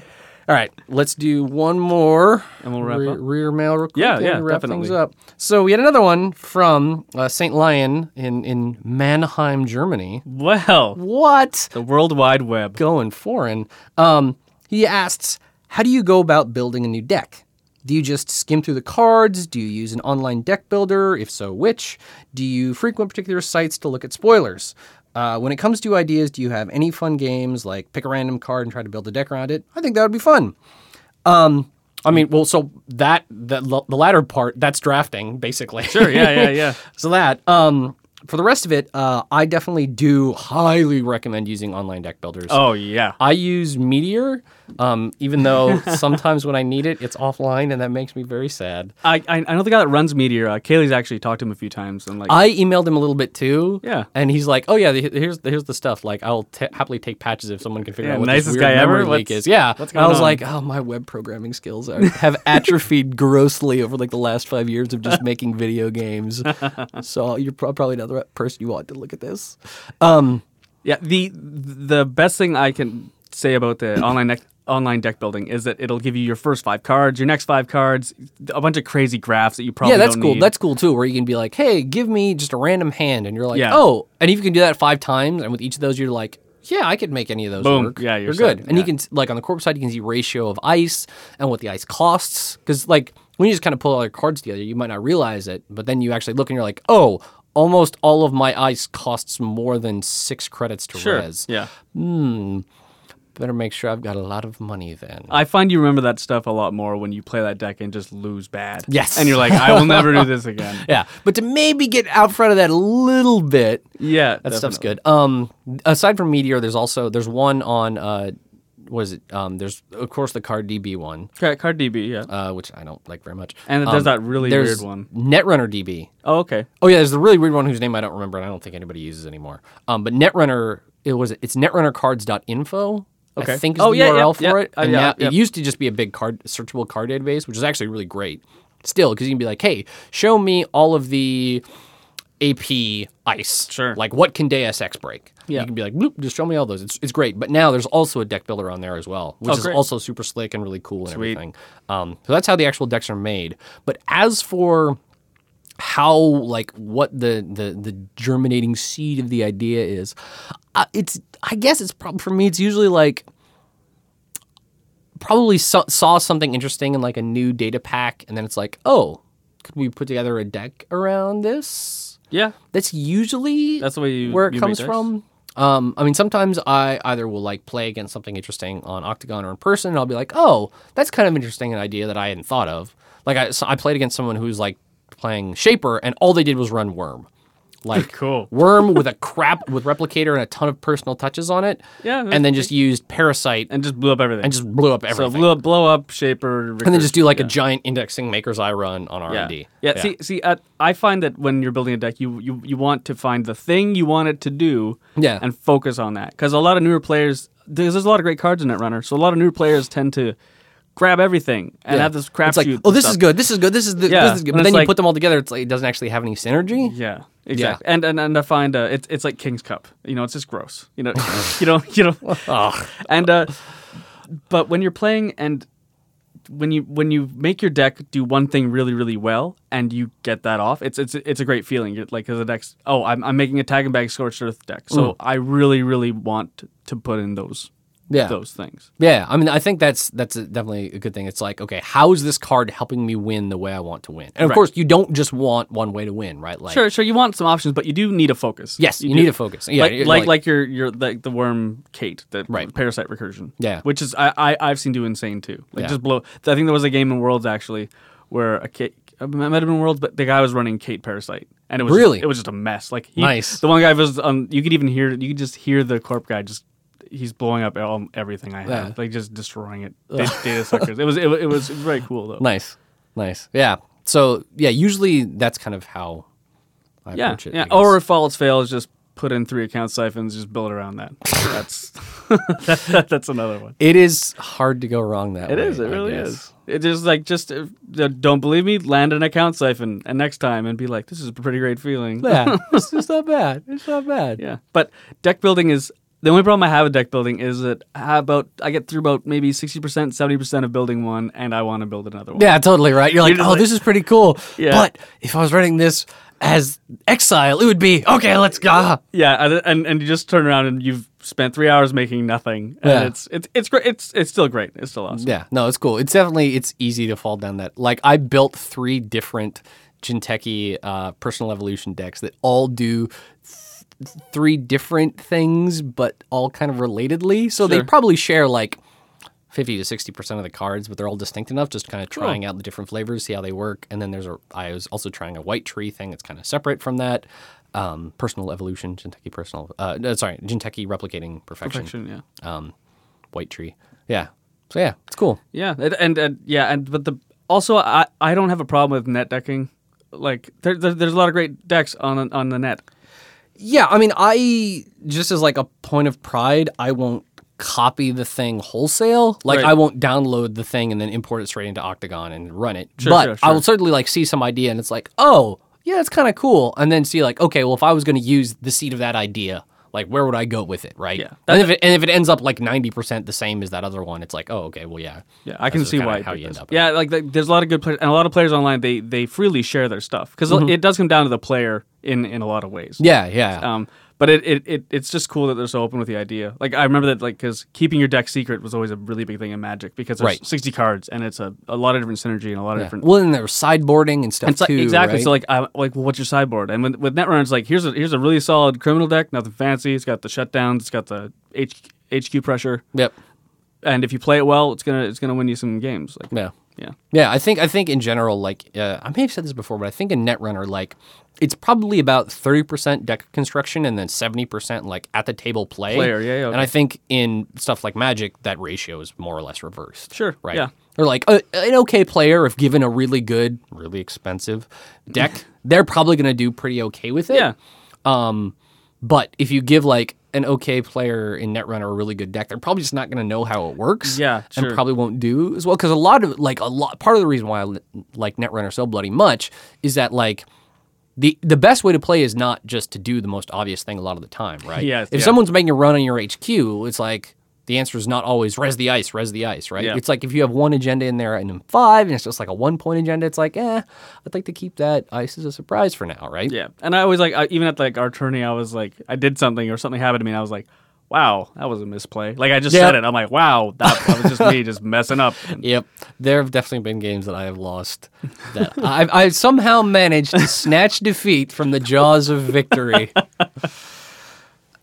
[SPEAKER 1] All right, let's do one more,
[SPEAKER 2] And we'll wrap
[SPEAKER 1] Re-
[SPEAKER 2] up.
[SPEAKER 1] rear mail real quick.
[SPEAKER 2] Yeah,
[SPEAKER 1] and
[SPEAKER 2] yeah,
[SPEAKER 1] wrap
[SPEAKER 2] definitely.
[SPEAKER 1] things up. So we had another one from uh, Saint Lion in in Mannheim, Germany.
[SPEAKER 2] Well,
[SPEAKER 1] What?
[SPEAKER 2] the World Wide Web.
[SPEAKER 1] going foreign. Um, he asks, how do you go about building a new deck? Do you just skim through the cards? Do you use an online deck builder? If so, which? Do you frequent particular sites to look at spoilers? Uh, when it comes to ideas, do you have any fun games like pick a random card and try to build a deck around it? I think that would be fun. Um, I mean, well, so that the, the latter part that's drafting basically.
[SPEAKER 2] Sure. Yeah. Yeah. Yeah.
[SPEAKER 1] So that, um, for the rest of it, uh, I definitely do highly recommend using online deck builders.
[SPEAKER 2] Oh yeah.
[SPEAKER 1] I use Meteor, um, even though sometimes when I need it, it's offline, and that makes me very sad.
[SPEAKER 2] I, I I know the guy that runs Meteor. Uh, Kaylee's actually talked to him a few times and like.
[SPEAKER 1] I emailed him a little bit too.
[SPEAKER 2] Yeah.
[SPEAKER 1] and he's like, "Oh yeah, the- here's here's the stuff. Like, I'll t- happily take patches if someone can figure
[SPEAKER 2] Yeah,
[SPEAKER 1] out what
[SPEAKER 2] nicest
[SPEAKER 1] this weird
[SPEAKER 2] guy ever.
[SPEAKER 1] memory leak
[SPEAKER 2] What's-
[SPEAKER 1] is." Yeah,
[SPEAKER 2] what's
[SPEAKER 1] and I
[SPEAKER 2] going
[SPEAKER 1] was
[SPEAKER 2] on?
[SPEAKER 1] like, "Oh, my web programming skills are, have atrophied grossly over like the last five years of just making video games." so you're pro- probably not the right person you want to look at this. Um,
[SPEAKER 2] yeah. The the best thing I can say about the online deck online deck building is that it'll give you your first five cards, your next five cards, a bunch of crazy graphs that you probably
[SPEAKER 1] yeah, that's
[SPEAKER 2] don't
[SPEAKER 1] cool.
[SPEAKER 2] need.
[SPEAKER 1] That's cool too, where you can be like, "Hey, give me just a random hand," and you're like,
[SPEAKER 2] Yeah.
[SPEAKER 1] "Oh," and if you can do that five times, and with each of those, you're like, "Yeah, I could make any of those
[SPEAKER 2] Boom.
[SPEAKER 1] work."
[SPEAKER 2] Yeah, you're
[SPEAKER 1] good.
[SPEAKER 2] set.
[SPEAKER 1] And you
[SPEAKER 2] Yeah.
[SPEAKER 1] can like on the corp side, you can see ratio of ice and what the ice costs, because like when you just kind of pull all your cards together, you might not realize it, but then you actually look and you're like, "Oh." Almost all of my ice costs more than six credits to
[SPEAKER 2] sure.
[SPEAKER 1] res.
[SPEAKER 2] Yeah.
[SPEAKER 1] Better make sure I've got a lot of money then.
[SPEAKER 2] I find you remember that stuff a lot more when you play that deck and just lose bad.
[SPEAKER 1] Yes.
[SPEAKER 2] And you're like, I will never do this again.
[SPEAKER 1] yeah, but to maybe get out front of that a little bit,
[SPEAKER 2] Yeah.
[SPEAKER 1] That stuff's good. Um, aside from Meteor, there's also there's one on uh, what is it? Um, there's of course the Card DB one,
[SPEAKER 2] Card, card DB, yeah.
[SPEAKER 1] uh, which I don't like very much.
[SPEAKER 2] And
[SPEAKER 1] um,
[SPEAKER 2] there's that really
[SPEAKER 1] there's
[SPEAKER 2] weird one.
[SPEAKER 1] Netrunner DB.
[SPEAKER 2] Oh, okay.
[SPEAKER 1] Oh yeah, there's the really weird one whose name I don't remember, and I don't think anybody uses anymore. Um, but Netrunner, it was it's netrunnercards.info. I
[SPEAKER 2] Okay.
[SPEAKER 1] think is
[SPEAKER 2] Oh,
[SPEAKER 1] the
[SPEAKER 2] yeah,
[SPEAKER 1] URL
[SPEAKER 2] yeah,
[SPEAKER 1] for
[SPEAKER 2] yeah.
[SPEAKER 1] it.
[SPEAKER 2] Uh,
[SPEAKER 1] And
[SPEAKER 2] yeah,
[SPEAKER 1] now-
[SPEAKER 2] yeah.
[SPEAKER 1] it used to just be a big card searchable card database, which is actually really great still because you can be like, hey, show me all of the AP ice.
[SPEAKER 2] Sure.
[SPEAKER 1] Like what can Deus Ex break?
[SPEAKER 2] Yeah.
[SPEAKER 1] You can be like, bloop, just show me all those. It's, it's great. But now there's also a deck builder on there as well, which
[SPEAKER 2] Oh,
[SPEAKER 1] is
[SPEAKER 2] great.
[SPEAKER 1] also super slick and really cool and
[SPEAKER 2] Sweet.
[SPEAKER 1] everything. Um, so that's how the actual decks are made. But as for how like what the the the germinating seed of the idea is. Uh, it's I guess it's probably for me. It's usually like probably so- saw something interesting in like a new data pack, and then it's like, oh, could we put together a deck around this?
[SPEAKER 2] Yeah.
[SPEAKER 1] That's usually
[SPEAKER 2] That's the way you-
[SPEAKER 1] where it
[SPEAKER 2] you make
[SPEAKER 1] comes
[SPEAKER 2] decks?
[SPEAKER 1] from. Um, I mean, sometimes I either will like play against something interesting on Octagon or in person, and I'll be like, "Oh, that's kind of interesting, an idea that I hadn't thought of." Like I, so I played against someone who's like playing Shaper, and all they did was run Worm, like
[SPEAKER 2] Cool.
[SPEAKER 1] Worm with a crap with replicator and a ton of personal touches on it,
[SPEAKER 2] Yeah, that's
[SPEAKER 1] and then just used Parasite and,
[SPEAKER 2] And just blew up everything.
[SPEAKER 1] just blew up everything,
[SPEAKER 2] so blow, blow up shaper.
[SPEAKER 1] and then just do like a giant indexing Maker's Eye run on R
[SPEAKER 2] Yeah.
[SPEAKER 1] and D.
[SPEAKER 2] yeah. See, see, uh, I find that when you're building a deck, you, you you want to find the thing you want it to do,
[SPEAKER 1] Yeah.
[SPEAKER 2] and focus on that. Because a lot of newer players, there's, there's a lot of great cards in Netrunner, so a lot of newer players tend to grab everything and
[SPEAKER 1] Yeah.
[SPEAKER 2] have this crap
[SPEAKER 1] It's like, oh, this is good. This is good. This is the,
[SPEAKER 2] Yeah.
[SPEAKER 1] this is good.
[SPEAKER 2] And
[SPEAKER 1] But
[SPEAKER 2] it's
[SPEAKER 1] then you
[SPEAKER 2] like-
[SPEAKER 1] put them all together. It's like it doesn't actually have any synergy.
[SPEAKER 2] Yeah, exactly. And, and and I find uh, it's it's like King's Cup. You know, it's just gross. You know, you know, you know.
[SPEAKER 1] Ugh.
[SPEAKER 2] And uh, but when you're playing and when you when you make your deck do one thing really really well and you get that off, it's it's it's a great feeling. You're, like because the deck's oh I'm I'm making a tag and bag scorched earth deck,
[SPEAKER 1] Mm.
[SPEAKER 2] so I really really want to put in those
[SPEAKER 1] Yeah.
[SPEAKER 2] those things.
[SPEAKER 1] Yeah, I mean, I think that's that's a- definitely a good thing. It's like, okay, how is this card helping me win the way I want to win? And of
[SPEAKER 2] Right.
[SPEAKER 1] course, you don't just want one way to win, right? Like,
[SPEAKER 2] Sure, sure. You want some options, but you do need a focus.
[SPEAKER 1] Yes, you,
[SPEAKER 2] do.
[SPEAKER 1] need to focus. Yeah,
[SPEAKER 2] like,
[SPEAKER 1] you're
[SPEAKER 2] like like your your like the worm Kate, the
[SPEAKER 1] Right.
[SPEAKER 2] parasite recursion.
[SPEAKER 1] Yeah.
[SPEAKER 2] which is I, I I've seen do insane too. Like
[SPEAKER 1] Yeah.
[SPEAKER 2] just blow. I think there was a game in Worlds actually where a Kate. It might have been Worlds, but the guy was running Kate Parasite, and it was
[SPEAKER 1] Really?
[SPEAKER 2] it was just a mess. Like he,
[SPEAKER 1] Nice.
[SPEAKER 2] The one guy was um, you could even hear you could just hear the corp guy just he's blowing up all, everything I have,
[SPEAKER 1] Yeah.
[SPEAKER 2] like just destroying it. Data, data suckers. It was it, wa- it was very cool though.
[SPEAKER 1] nice, nice. Yeah. So yeah, usually that's kind of how I
[SPEAKER 2] yeah,
[SPEAKER 1] approach it.
[SPEAKER 2] yeah.
[SPEAKER 1] I guess.
[SPEAKER 2] Or if all else fails, just put in three account siphons, just build around that. That's that's another one.
[SPEAKER 1] it is hard to go wrong that
[SPEAKER 2] It
[SPEAKER 1] way.
[SPEAKER 2] is. It
[SPEAKER 1] I
[SPEAKER 2] really
[SPEAKER 1] guess.
[SPEAKER 2] is. It is like just uh, don't believe me. Land an account siphon and next time and be like, this is a pretty great feeling.
[SPEAKER 1] Yeah, it's, it's not bad. It's not bad.
[SPEAKER 2] yeah. But deck building is the only problem I have with deck building is that how about I get through about maybe sixty percent, seventy percent of building one, and I want to build another one.
[SPEAKER 1] Yeah, totally right. You're like,
[SPEAKER 2] just
[SPEAKER 1] oh,
[SPEAKER 2] like-
[SPEAKER 1] this is pretty cool.
[SPEAKER 2] Yeah.
[SPEAKER 1] But if I was running this as exile, it would be okay. Let's go.
[SPEAKER 2] Yeah, and, and and you just turn around and you've spent three hours making nothing, and
[SPEAKER 1] Yeah.
[SPEAKER 2] it's it's it's great. It's it's still great. It's still awesome.
[SPEAKER 1] Yeah, no, it's cool. It's definitely it's easy to fall down that. Like I built three different Jinteki uh, personal evolution decks that all do th- three different things, but all kind of relatedly. So they
[SPEAKER 2] Sure.
[SPEAKER 1] probably share like fifty to sixty percent of the cards, but they're all distinct enough. Just kind of trying out the different flavors, see how they work. And then there's a I was also trying a white tree thing that's kind of separate from that. Um, personal evolution, Jinteki personal. Uh, no, sorry, Jinteki replicating perfection,
[SPEAKER 2] Perfection, yeah.
[SPEAKER 1] white tree. Yeah. So yeah, it's cool.
[SPEAKER 2] Yeah, and, and, and yeah, and but the also I, I don't have a problem with net decking. Like there, there there's a lot of great decks on on the net.
[SPEAKER 1] Yeah, I mean, I just as like a point of pride, I won't copy the thing wholesale. Like,
[SPEAKER 2] Right.
[SPEAKER 1] I won't download the thing and then import it straight into Octagon and run it. but
[SPEAKER 2] sure,
[SPEAKER 1] I
[SPEAKER 2] sure.
[SPEAKER 1] will certainly like see some idea and it's like, oh, yeah, it's kind of cool. And then see like, okay, well, if I was going to use the seed of that idea, like, where would I go with it, right?
[SPEAKER 2] Yeah.
[SPEAKER 1] and if it, and if it ends up like ninety percent the same as that other one, it's like, oh, okay, well, yeah,
[SPEAKER 2] Yeah, I can
[SPEAKER 1] just
[SPEAKER 2] see
[SPEAKER 1] kinda
[SPEAKER 2] why.
[SPEAKER 1] how
[SPEAKER 2] it
[SPEAKER 1] you
[SPEAKER 2] does.
[SPEAKER 1] end up.
[SPEAKER 2] Yeah, like like, there's a lot of good players, and a lot of players online they they freely share their stuff because it does come down to the player in in a lot of ways.
[SPEAKER 1] Mm-hmm. yeah, yeah,
[SPEAKER 2] Um, but it, it, it it's just cool that they're so open with the idea. Like I remember that like because keeping your deck secret was always a really big thing in Magic because there's
[SPEAKER 1] Right.
[SPEAKER 2] 60 cards and it's a, a lot of different synergy and a lot of
[SPEAKER 1] yeah.
[SPEAKER 2] different
[SPEAKER 1] Well, and there was sideboarding and stuff
[SPEAKER 2] It's like,
[SPEAKER 1] too,
[SPEAKER 2] exactly.
[SPEAKER 1] right?
[SPEAKER 2] So like, I'm like, well, what's your sideboard? And with, with Netrunner, it's like, here's a here's a really solid criminal deck, nothing fancy. It's got the shutdowns, it's got the H, HQ pressure,
[SPEAKER 1] yep,
[SPEAKER 2] and if you play it well, it's gonna it's gonna win you some games. Like,
[SPEAKER 1] yeah.
[SPEAKER 2] yeah,
[SPEAKER 1] Yeah, I think I think in general, like uh, I may have said this before, but I think in Netrunner, like it's probably about thirty percent deck construction and then seventy percent like at the table play.
[SPEAKER 2] Player, yeah, yeah,
[SPEAKER 1] And I think in stuff like Magic, that ratio is more or less reversed.
[SPEAKER 2] Sure,
[SPEAKER 1] right?
[SPEAKER 2] yeah.
[SPEAKER 1] Or like a, an okay player, if given a really good, really expensive deck, they're probably going to do pretty okay with it.
[SPEAKER 2] yeah,
[SPEAKER 1] But if you give like an okay player in Netrunner a really good deck, they're probably just not going to know how it works.
[SPEAKER 2] Yeah,
[SPEAKER 1] And
[SPEAKER 2] sure.
[SPEAKER 1] probably won't do as well. Because a lot of, like, a lot, part of the reason why I li- like Netrunner so bloody much is that, like, the, the best way to play is not just to do the most obvious thing a lot of the time, right?
[SPEAKER 2] Yes,
[SPEAKER 1] If
[SPEAKER 2] yeah.
[SPEAKER 1] someone's making a run on your HQ, it's like the the answer is not always res the ice, res the ice, right?
[SPEAKER 2] Yeah.
[SPEAKER 1] It's like if you have one agenda in there and then five, and it's just like a one point agenda, it's like, eh, I'd like to keep that ice as a surprise for now, right?
[SPEAKER 2] Yeah, and I always like I, even at like our tourney, I was like I did something or something happened to me, and I was like, "Wow, that was a misplay." Like I just
[SPEAKER 1] Yeah.
[SPEAKER 2] said it. I'm like, "Wow, that, that was just me just messing up."
[SPEAKER 1] Yep. There have definitely been games that I have lost that I've, I've somehow managed to snatch defeat from the jaws of victory.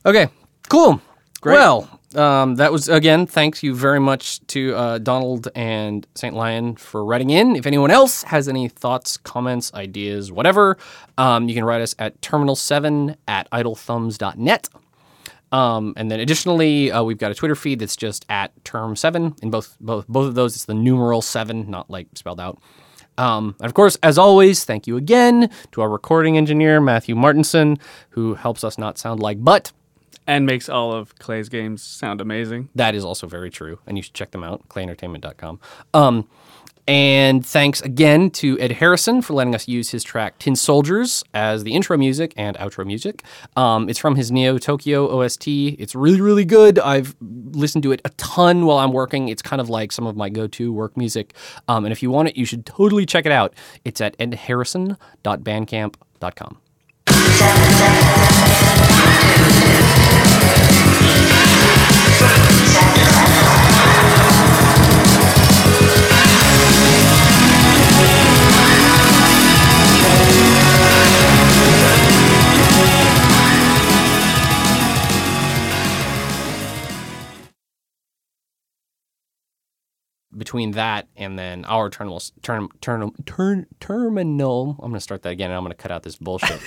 [SPEAKER 1] okay, cool.
[SPEAKER 2] Great.
[SPEAKER 1] Well, um, that was, again, thanks you very much to uh, Donald and St. Lion for writing in. If anyone else has any thoughts, comments, ideas, whatever, um, you can write us at terminal7 at idlethumbs.net. Um, and then additionally, uh, we've got a Twitter feed that's just at term seven. In both both both of those, it's the numeral seven, not like spelled out. Um, and of course, as always, thank you again to our recording engineer Matthew Martinson, who helps us not sound like butt.
[SPEAKER 2] and makes all of Clay's games sound amazing.
[SPEAKER 1] That is also very true, and you should check them out, clayentertainment.com. Um, and thanks again to Ed Harrison for letting us use his track Tin Soldiers as the intro music and outro music. Um, it's from his Neo Tokyo OST. It's really, really good. I've listened to it a ton while I'm working. It's kind of like some of my go to work music. Um, and if you want it, you should totally check it out. It's at edharrison.bandcamp.com. between that and then our terminal, term, term, turn terminal. I'm going to start that again, and I'm going to cut out this bullshit.